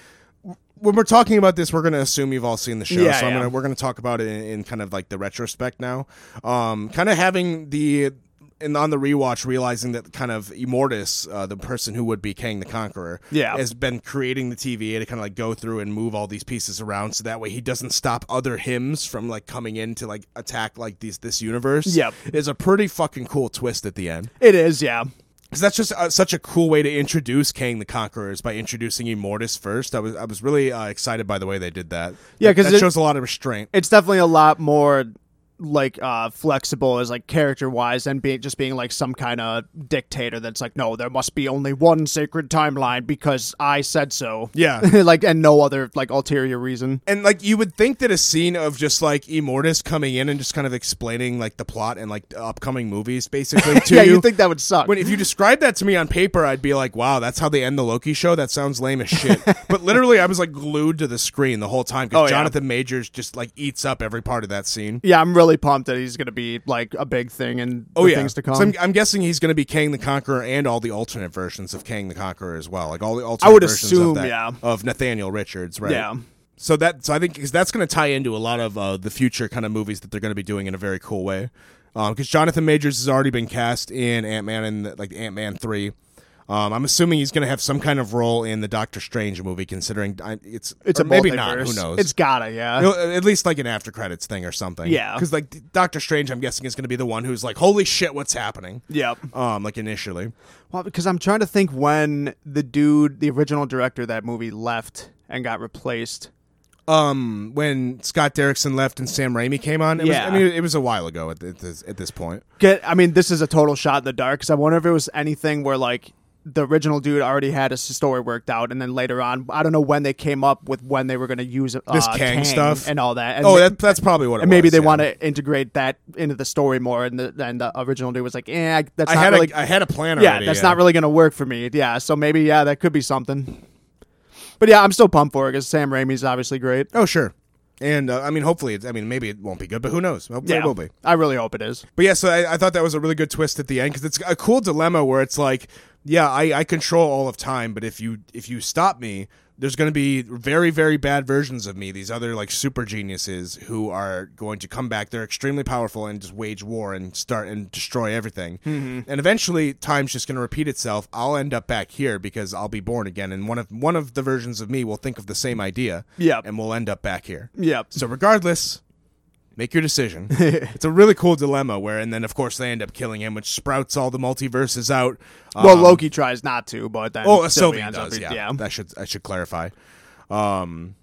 Speaker 1: w- when we're talking about this we're going to assume you've all seen the show
Speaker 2: Yeah,
Speaker 1: so I'm
Speaker 2: yeah.
Speaker 1: gonna, we're going to talk about it in, in kind of like the retrospect now um kind of having the and on the rewatch realizing that kind of immortus uh, the person who would be kang the conqueror
Speaker 2: Yeah.
Speaker 1: has been creating the tva to kind of like go through and move all these pieces around so that way he doesn't stop other hymns from like coming in to like attack like these this universe
Speaker 2: Yep.
Speaker 1: is a pretty fucking cool twist at the end
Speaker 2: It is. Yeah.
Speaker 1: because that's just uh, such a cool way to introduce Kang the Conqueror is by introducing Immortus first. I was I was really uh, excited by the way they did that.
Speaker 2: Yeah,
Speaker 1: That-
Speaker 2: 'cause
Speaker 1: that
Speaker 2: it-
Speaker 1: shows a lot of restraint.
Speaker 2: it's definitely a lot more like uh flexible as like character wise than being just being like some kind of dictator that's like no there must be only one sacred timeline because i said so
Speaker 1: Yeah.
Speaker 2: (laughs) like and no other like ulterior reason
Speaker 1: And like you would think that a scene of just like Immortus coming in and just kind of explaining like the plot and like the upcoming movies basically to
Speaker 2: (laughs) yeah
Speaker 1: you.
Speaker 2: you think that would suck
Speaker 1: when if you described that to me on paper, I'd be like, "Wow, that's how they end the Loki show. That sounds lame as
Speaker 2: (laughs)
Speaker 1: shit." but literally, I was like glued to the screen the whole time because
Speaker 2: Oh, yeah.
Speaker 1: Jonathan Majors just like eats up every part of that scene.
Speaker 2: yeah i'm really pumped that he's gonna be like a big thing and
Speaker 1: Oh yeah,
Speaker 2: things to come
Speaker 1: So I'm, I'm guessing he's going to be Kang the Conqueror and all the alternate versions of Kang the Conqueror as well, like all the alternate
Speaker 2: I would
Speaker 1: versions of
Speaker 2: assume,
Speaker 1: that,
Speaker 2: yeah.
Speaker 1: of Nathaniel Richards, right?
Speaker 2: Yeah.
Speaker 1: So that so I think 'cause that's going to tie into a lot of uh, the future kind of movies that they're going to be doing in a very cool way, because Jonathan Majors has already been cast in Ant Man and like Ant Man three. Um, I'm assuming he's going to have some kind of role in the Doctor Strange movie, considering I, it's
Speaker 2: it's
Speaker 1: or
Speaker 2: a
Speaker 1: maybe
Speaker 2: multiverse.
Speaker 1: not. Who knows?
Speaker 2: it's gotta yeah
Speaker 1: You know, at least like an after credits thing or something.
Speaker 2: Yeah.
Speaker 1: because like Doctor Strange, I'm guessing is going to be the one who's like, "Holy shit, what's happening?"
Speaker 2: yeah
Speaker 1: um like initially
Speaker 2: well because i'm trying to think when the dude the original director of that movie left and got replaced
Speaker 1: um, when Scott Derrickson left and Sam Raimi came on. It
Speaker 2: Yeah.
Speaker 1: was, I mean, it was a while ago at, at this at this point.
Speaker 2: Get, I mean, this is a total shot in the dark because I wonder if it was anything where like the original dude already had his story worked out, and then later on, I don't know when they came up with when they were going to use uh,
Speaker 1: This Kang stuff?
Speaker 2: and all that. And
Speaker 1: oh,
Speaker 2: ma-
Speaker 1: that, that's probably what. it
Speaker 2: and maybe
Speaker 1: was,
Speaker 2: they
Speaker 1: yeah.
Speaker 2: want to integrate that into the story more, and the, and the original dude was like, "Eh, I- that's
Speaker 1: I
Speaker 2: not
Speaker 1: had
Speaker 2: really,
Speaker 1: a I had a plan
Speaker 2: yeah,
Speaker 1: already.
Speaker 2: that's not really going to work for me." Yeah, so maybe yeah, that could be something. But yeah, I'm still pumped for it because Sam Raimi's obviously great.
Speaker 1: Oh sure, and uh, I mean, hopefully, it's, I mean, maybe it won't be good, but who knows? Hopefully,
Speaker 2: Yeah,
Speaker 1: it will be.
Speaker 2: I really hope it is.
Speaker 1: But yeah, so I, I thought that was a really good twist at the end because it's a cool dilemma where it's like, yeah, I, I control all of time, but if you if you stop me, there's going to be very very bad versions of me. These other like super geniuses who are going to come back. They're extremely powerful and just wage war and start and destroy everything. And eventually, time's just going to repeat itself. I'll end up back here because I'll be born again, and one of one of the versions of me will think of the same idea.
Speaker 2: Yep.
Speaker 1: and we'll end up back here.
Speaker 2: Yep.
Speaker 1: So regardless, make your decision. it's a really cool dilemma where, and then of course they end up killing him, which sprouts all the multiverses out. Um,
Speaker 2: Well, Loki tries not to, but then
Speaker 1: oh,
Speaker 2: Sylvie
Speaker 1: Sylvian
Speaker 2: ends up-
Speaker 1: does. Yeah,
Speaker 2: yeah.
Speaker 1: that should I should clarify. Um,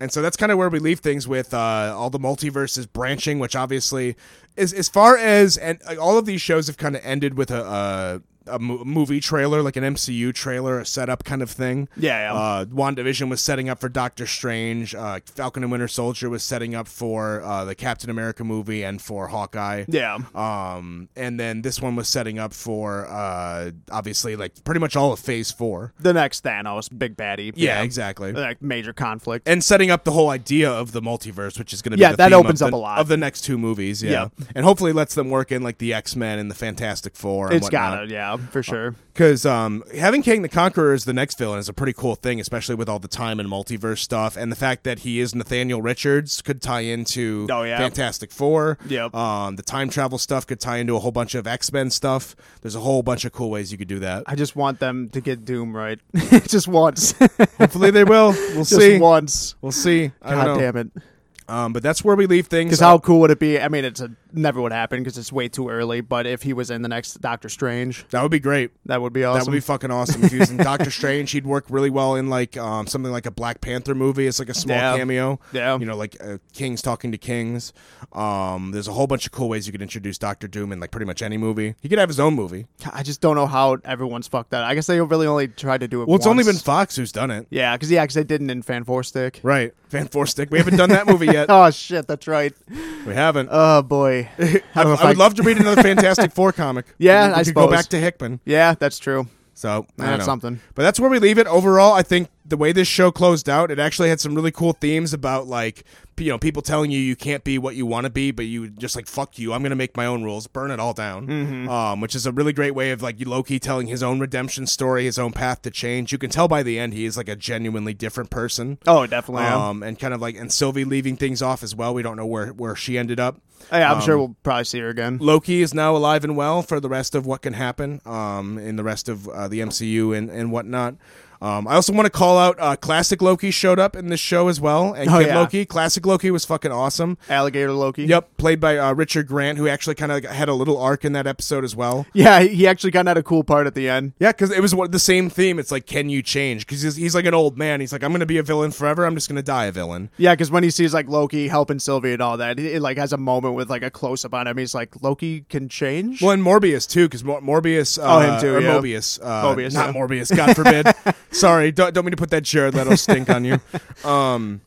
Speaker 1: and so that's kind of where we leave things with uh, all the multiverses branching, which obviously is as far as and like, all of these shows have kind of ended with a. a a mo- movie trailer, like an MCU trailer, a setup kind of thing.
Speaker 2: Yeah, yeah.
Speaker 1: Uh, WandaVision was setting up for Doctor Strange. Uh, Falcon and Winter Soldier was setting up for uh, the Captain America movie and for Hawkeye.
Speaker 2: Yeah.
Speaker 1: Um, and then this one was setting up for uh, obviously like pretty much all of Phase Four.
Speaker 2: The next Thanos, big baddie.
Speaker 1: Yeah, exactly.
Speaker 2: Like major conflict.
Speaker 1: And setting up the whole idea of the multiverse, which is going to be
Speaker 2: Yeah,
Speaker 1: the
Speaker 2: that
Speaker 1: theme
Speaker 2: opens
Speaker 1: of
Speaker 2: up
Speaker 1: the-
Speaker 2: a lot.
Speaker 1: of the next two movies. Yeah,
Speaker 2: Yeah.
Speaker 1: and hopefully lets them work in like the X Men and the Fantastic Four. And Uh,
Speaker 2: It's got it, yeah, for sure.
Speaker 1: because um, having King the Conqueror as the next villain is a pretty cool thing, especially with all the time and multiverse stuff, and the fact that he is Nathaniel Richards could tie into
Speaker 2: Oh, yeah.
Speaker 1: Fantastic Four.
Speaker 2: Yep.
Speaker 1: um, the time travel stuff could tie into a whole bunch of X Men stuff. There's a whole bunch of cool ways you could do
Speaker 2: (laughs)
Speaker 1: that.
Speaker 2: I just want them to get Doom (laughs) right, just once, (laughs)
Speaker 1: Hopefully they will. We'll
Speaker 2: just
Speaker 1: see.
Speaker 2: once.
Speaker 1: We'll see. I don't
Speaker 2: God
Speaker 1: know.
Speaker 2: damn it!
Speaker 1: Um, but that's where we leave things.
Speaker 2: Because how cool would it be? I mean, it's a, never would happen because it's way too early. But if he was in the next Doctor Strange,
Speaker 1: that would be great.
Speaker 2: that would be
Speaker 1: That
Speaker 2: awesome.
Speaker 1: would be fucking awesome. If he
Speaker 2: (laughs)
Speaker 1: was in Doctor Strange, he'd work really well in like um, something like a Black Panther movie. It's like a small
Speaker 2: Yeah.
Speaker 1: cameo.
Speaker 2: Yeah.
Speaker 1: You know, like uh, Kings talking to Kings. Um, there's a whole bunch of cool ways you could introduce Doctor Doom in like pretty much any movie. He could have his own movie.
Speaker 2: I just don't know how everyone's fucked that. I guess they really only tried to do it.
Speaker 1: Well, it's only
Speaker 2: once.
Speaker 1: been Fox who's done it.
Speaker 2: yeah, because yeah, because they didn't in Fan Four Stick.
Speaker 1: Right. Van Stick. We haven't done that movie
Speaker 2: (laughs)
Speaker 1: yet.
Speaker 2: Oh shit, that's right.
Speaker 1: We haven't.
Speaker 2: Oh boy, I, don't
Speaker 1: (laughs) I,
Speaker 2: know
Speaker 1: I
Speaker 2: if
Speaker 1: would love to read another Fantastic Four comic.
Speaker 2: Yeah,
Speaker 1: we,
Speaker 2: I
Speaker 1: could go
Speaker 2: suppose.
Speaker 1: back to Hickman.
Speaker 2: Yeah, that's true.
Speaker 1: So I don't
Speaker 2: That's
Speaker 1: know.
Speaker 2: something.
Speaker 1: But that's where we leave it. Overall, I think the way this show closed out, it actually had some really cool themes about like you know people telling you you can't be what you want to be, but you just like fuck you. I'm gonna make my own rules, burn it all down.
Speaker 2: Mm-hmm.
Speaker 1: Um, which is a really great way of like Loki telling his own redemption story, his own path to change. You can tell by the end he is like a genuinely different person.
Speaker 2: Oh, definitely. am.
Speaker 1: Um, and kind of like and Sylvie leaving things off as well. We don't know where where she ended up.
Speaker 2: Yeah, I'm
Speaker 1: Um,
Speaker 2: sure we'll probably see her again.
Speaker 1: Loki is now alive and well for the rest of what can happen um, in the rest of uh, the MCU and, and whatnot. Um, I also want to call out uh, Classic Loki showed up in this show as well. And
Speaker 2: Oh,
Speaker 1: Kid
Speaker 2: yeah.
Speaker 1: Loki, Classic Loki was fucking awesome.
Speaker 2: Alligator Loki.
Speaker 1: Yep, played by uh, Richard Grant, who actually kind of had a little arc in that episode as well.
Speaker 2: Yeah, he he actually got out a cool part at the end.
Speaker 1: Yeah, because it was one- the same theme. It's like, can you change? Because he's, he's like an old man. He's like, I'm going to be a villain forever. I'm just going to die a villain.
Speaker 2: Yeah, because when he sees like Loki helping Sylvie and all that, it like has a moment with like a close up on him. He's like, Loki can change.
Speaker 1: Well, and Morbius too, because Mor- Morbius. Uh,
Speaker 2: Oh, him too,
Speaker 1: Or
Speaker 2: yeah.
Speaker 1: Mobius. Uh,
Speaker 2: Mobius,
Speaker 1: not
Speaker 2: yeah.
Speaker 1: Morbius. God
Speaker 2: (laughs)
Speaker 1: forbid. Sorry, don't, don't mean to put that Jared Leto stink on you. Um,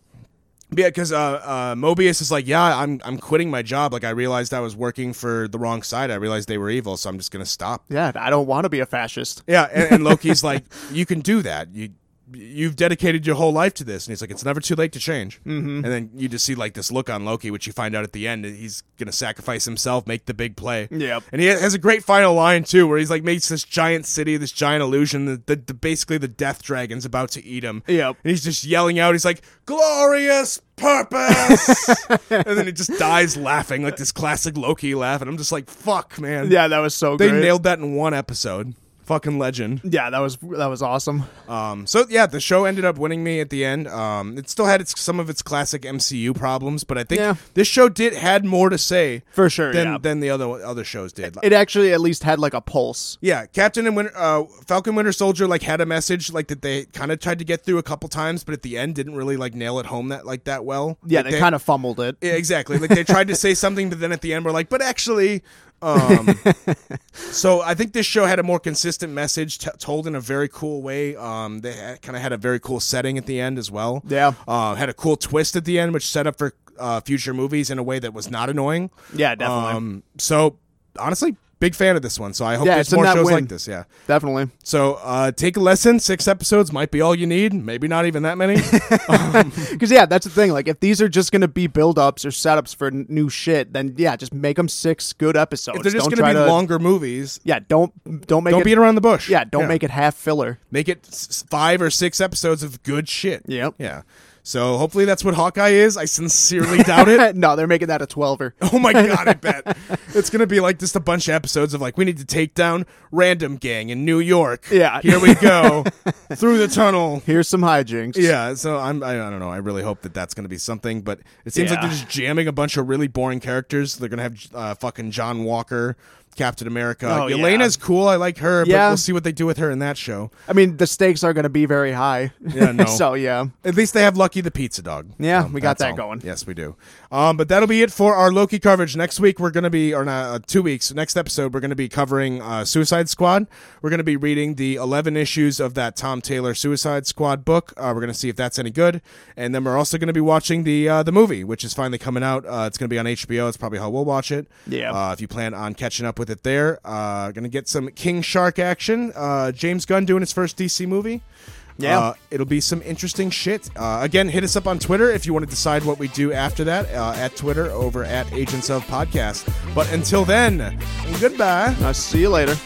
Speaker 1: but yeah, because uh, uh, Mobius is like, yeah, I'm I'm quitting my job. Like I realized I was working for the wrong side. I realized they were evil, so I'm just gonna stop.
Speaker 2: Yeah, I don't want to be a fascist.
Speaker 1: Yeah, and, and Loki's
Speaker 2: (laughs)
Speaker 1: like, you can do that. You you've dedicated your whole life to this, and he's like, it's never too late to change. Mm-hmm. And then you just see like this look on Loki, which you find out at the end that he's gonna sacrifice himself, make the big play.
Speaker 2: Yep.
Speaker 1: And he has a great final line too, where he's like makes this giant city, this giant illusion that the, the basically the death dragon's about to eat him.
Speaker 2: Yep.
Speaker 1: And he's just yelling out, he's like, "Glorious
Speaker 2: (laughs)
Speaker 1: purpose!" and then he just dies laughing, like this classic Loki laugh. And I'm just like, "Fuck, man."
Speaker 2: Yeah, that was so
Speaker 1: They
Speaker 2: great.
Speaker 1: nailed that in one episode. fucking legend.
Speaker 2: Yeah, that was that was awesome.
Speaker 1: Um, so yeah, the show ended up winning me at the end. Um, it still had its, some of its classic MCU problems, but I think
Speaker 2: Yeah.
Speaker 1: this show did had more to say
Speaker 2: For sure,
Speaker 1: than
Speaker 2: yeah.
Speaker 1: than the other other shows did.
Speaker 2: It actually at least had like a pulse.
Speaker 1: yeah, Captain and Winter, uh, Falcon Winter Soldier like had a message like that they kind of tried to get through a couple times, but at the end didn't really like nail it home that like that well.
Speaker 2: Yeah,
Speaker 1: Like,
Speaker 2: they, kind of fumbled it.
Speaker 1: Yeah, exactly. Like they tried to
Speaker 2: (laughs)
Speaker 1: say something, but then at the end we're like, but actually. Um, so I think this show had a more consistent message t- told in a very cool way. Um, they ha- kind of had a very cool setting at the end as well.
Speaker 2: Yeah.
Speaker 1: Uh, had a cool twist at the end, which set up for uh, future movies in a way that was not annoying.
Speaker 2: Yeah, definitely.
Speaker 1: Um, so honestly, big fan of this one. So I hope
Speaker 2: Yeah,
Speaker 1: there's
Speaker 2: it's in
Speaker 1: more
Speaker 2: that
Speaker 1: shows
Speaker 2: win.
Speaker 1: like this. Yeah.
Speaker 2: definitely.
Speaker 1: So uh, take a lesson. Six episodes might be all you need. Maybe not even that
Speaker 2: (laughs)
Speaker 1: many.
Speaker 2: Because yeah, that's the thing. Like, if these are just gonna be build-ups or setups for n- new shit, then yeah, just make them six good episodes.
Speaker 1: They're just
Speaker 2: don't
Speaker 1: going
Speaker 2: try
Speaker 1: to be
Speaker 2: to,
Speaker 1: longer movies.
Speaker 2: Yeah, don't don't make
Speaker 1: Don't
Speaker 2: it.
Speaker 1: beat around the bush.
Speaker 2: yeah, don't make it half filler. (laughs)
Speaker 1: Make it s- s- five or six episodes of good shit.
Speaker 2: Yep.
Speaker 1: Yeah. So hopefully that's what Hawkeye is. I sincerely doubt
Speaker 2: (laughs)
Speaker 1: it.
Speaker 2: no, they're making that a twelver.
Speaker 1: Oh my god, I bet it's gonna be like just a bunch of episodes of like we need to take down random gang in New York.
Speaker 2: Yeah.
Speaker 1: Here we
Speaker 2: (laughs)
Speaker 1: go through the tunnel.
Speaker 2: Here's some hijinks.
Speaker 1: Yeah, so I'm I, I don't know. I really hope that that's going to be something, but it seems like
Speaker 2: Yeah.
Speaker 1: they're just jamming a bunch of really boring characters. They're going to have uh, fucking John Walker, Captain America.
Speaker 2: Oh, yeah.
Speaker 1: Elena's cool. I like her, but
Speaker 2: Yeah.
Speaker 1: we'll see what they do with her in that show.
Speaker 2: I mean, the stakes are gonna be very high.
Speaker 1: Yeah, no.
Speaker 2: (laughs) so yeah,
Speaker 1: At least they have Lucky the Pizza Dog.
Speaker 2: Yeah, we got
Speaker 1: that's
Speaker 2: that going.
Speaker 1: Yes, we do. Um, but that'll be it for our Loki coverage. Next week, we're going to be, or not, uh, two weeks, next episode, we're going to be covering uh, Suicide Squad. We're going to be reading the 11 issues of that Tom Taylor Suicide Squad book. Uh, we're going to see if that's any good. And then we're also going to be watching the uh, the movie, which is finally coming out. Uh, it's going to be on HBO. It's probably how we'll watch it.
Speaker 2: Yeah.
Speaker 1: Uh, if you plan on catching up with it there, uh, going to get some King Shark action. Uh, James Gunn doing his first DC movie.
Speaker 2: Yeah.
Speaker 1: Uh, it'll be some interesting shit. Uh, again, hit us up on Twitter if you want to decide what we do after that uh, at Twitter over at Agents of Podcast. But until then, goodbye.
Speaker 2: I'll see you later.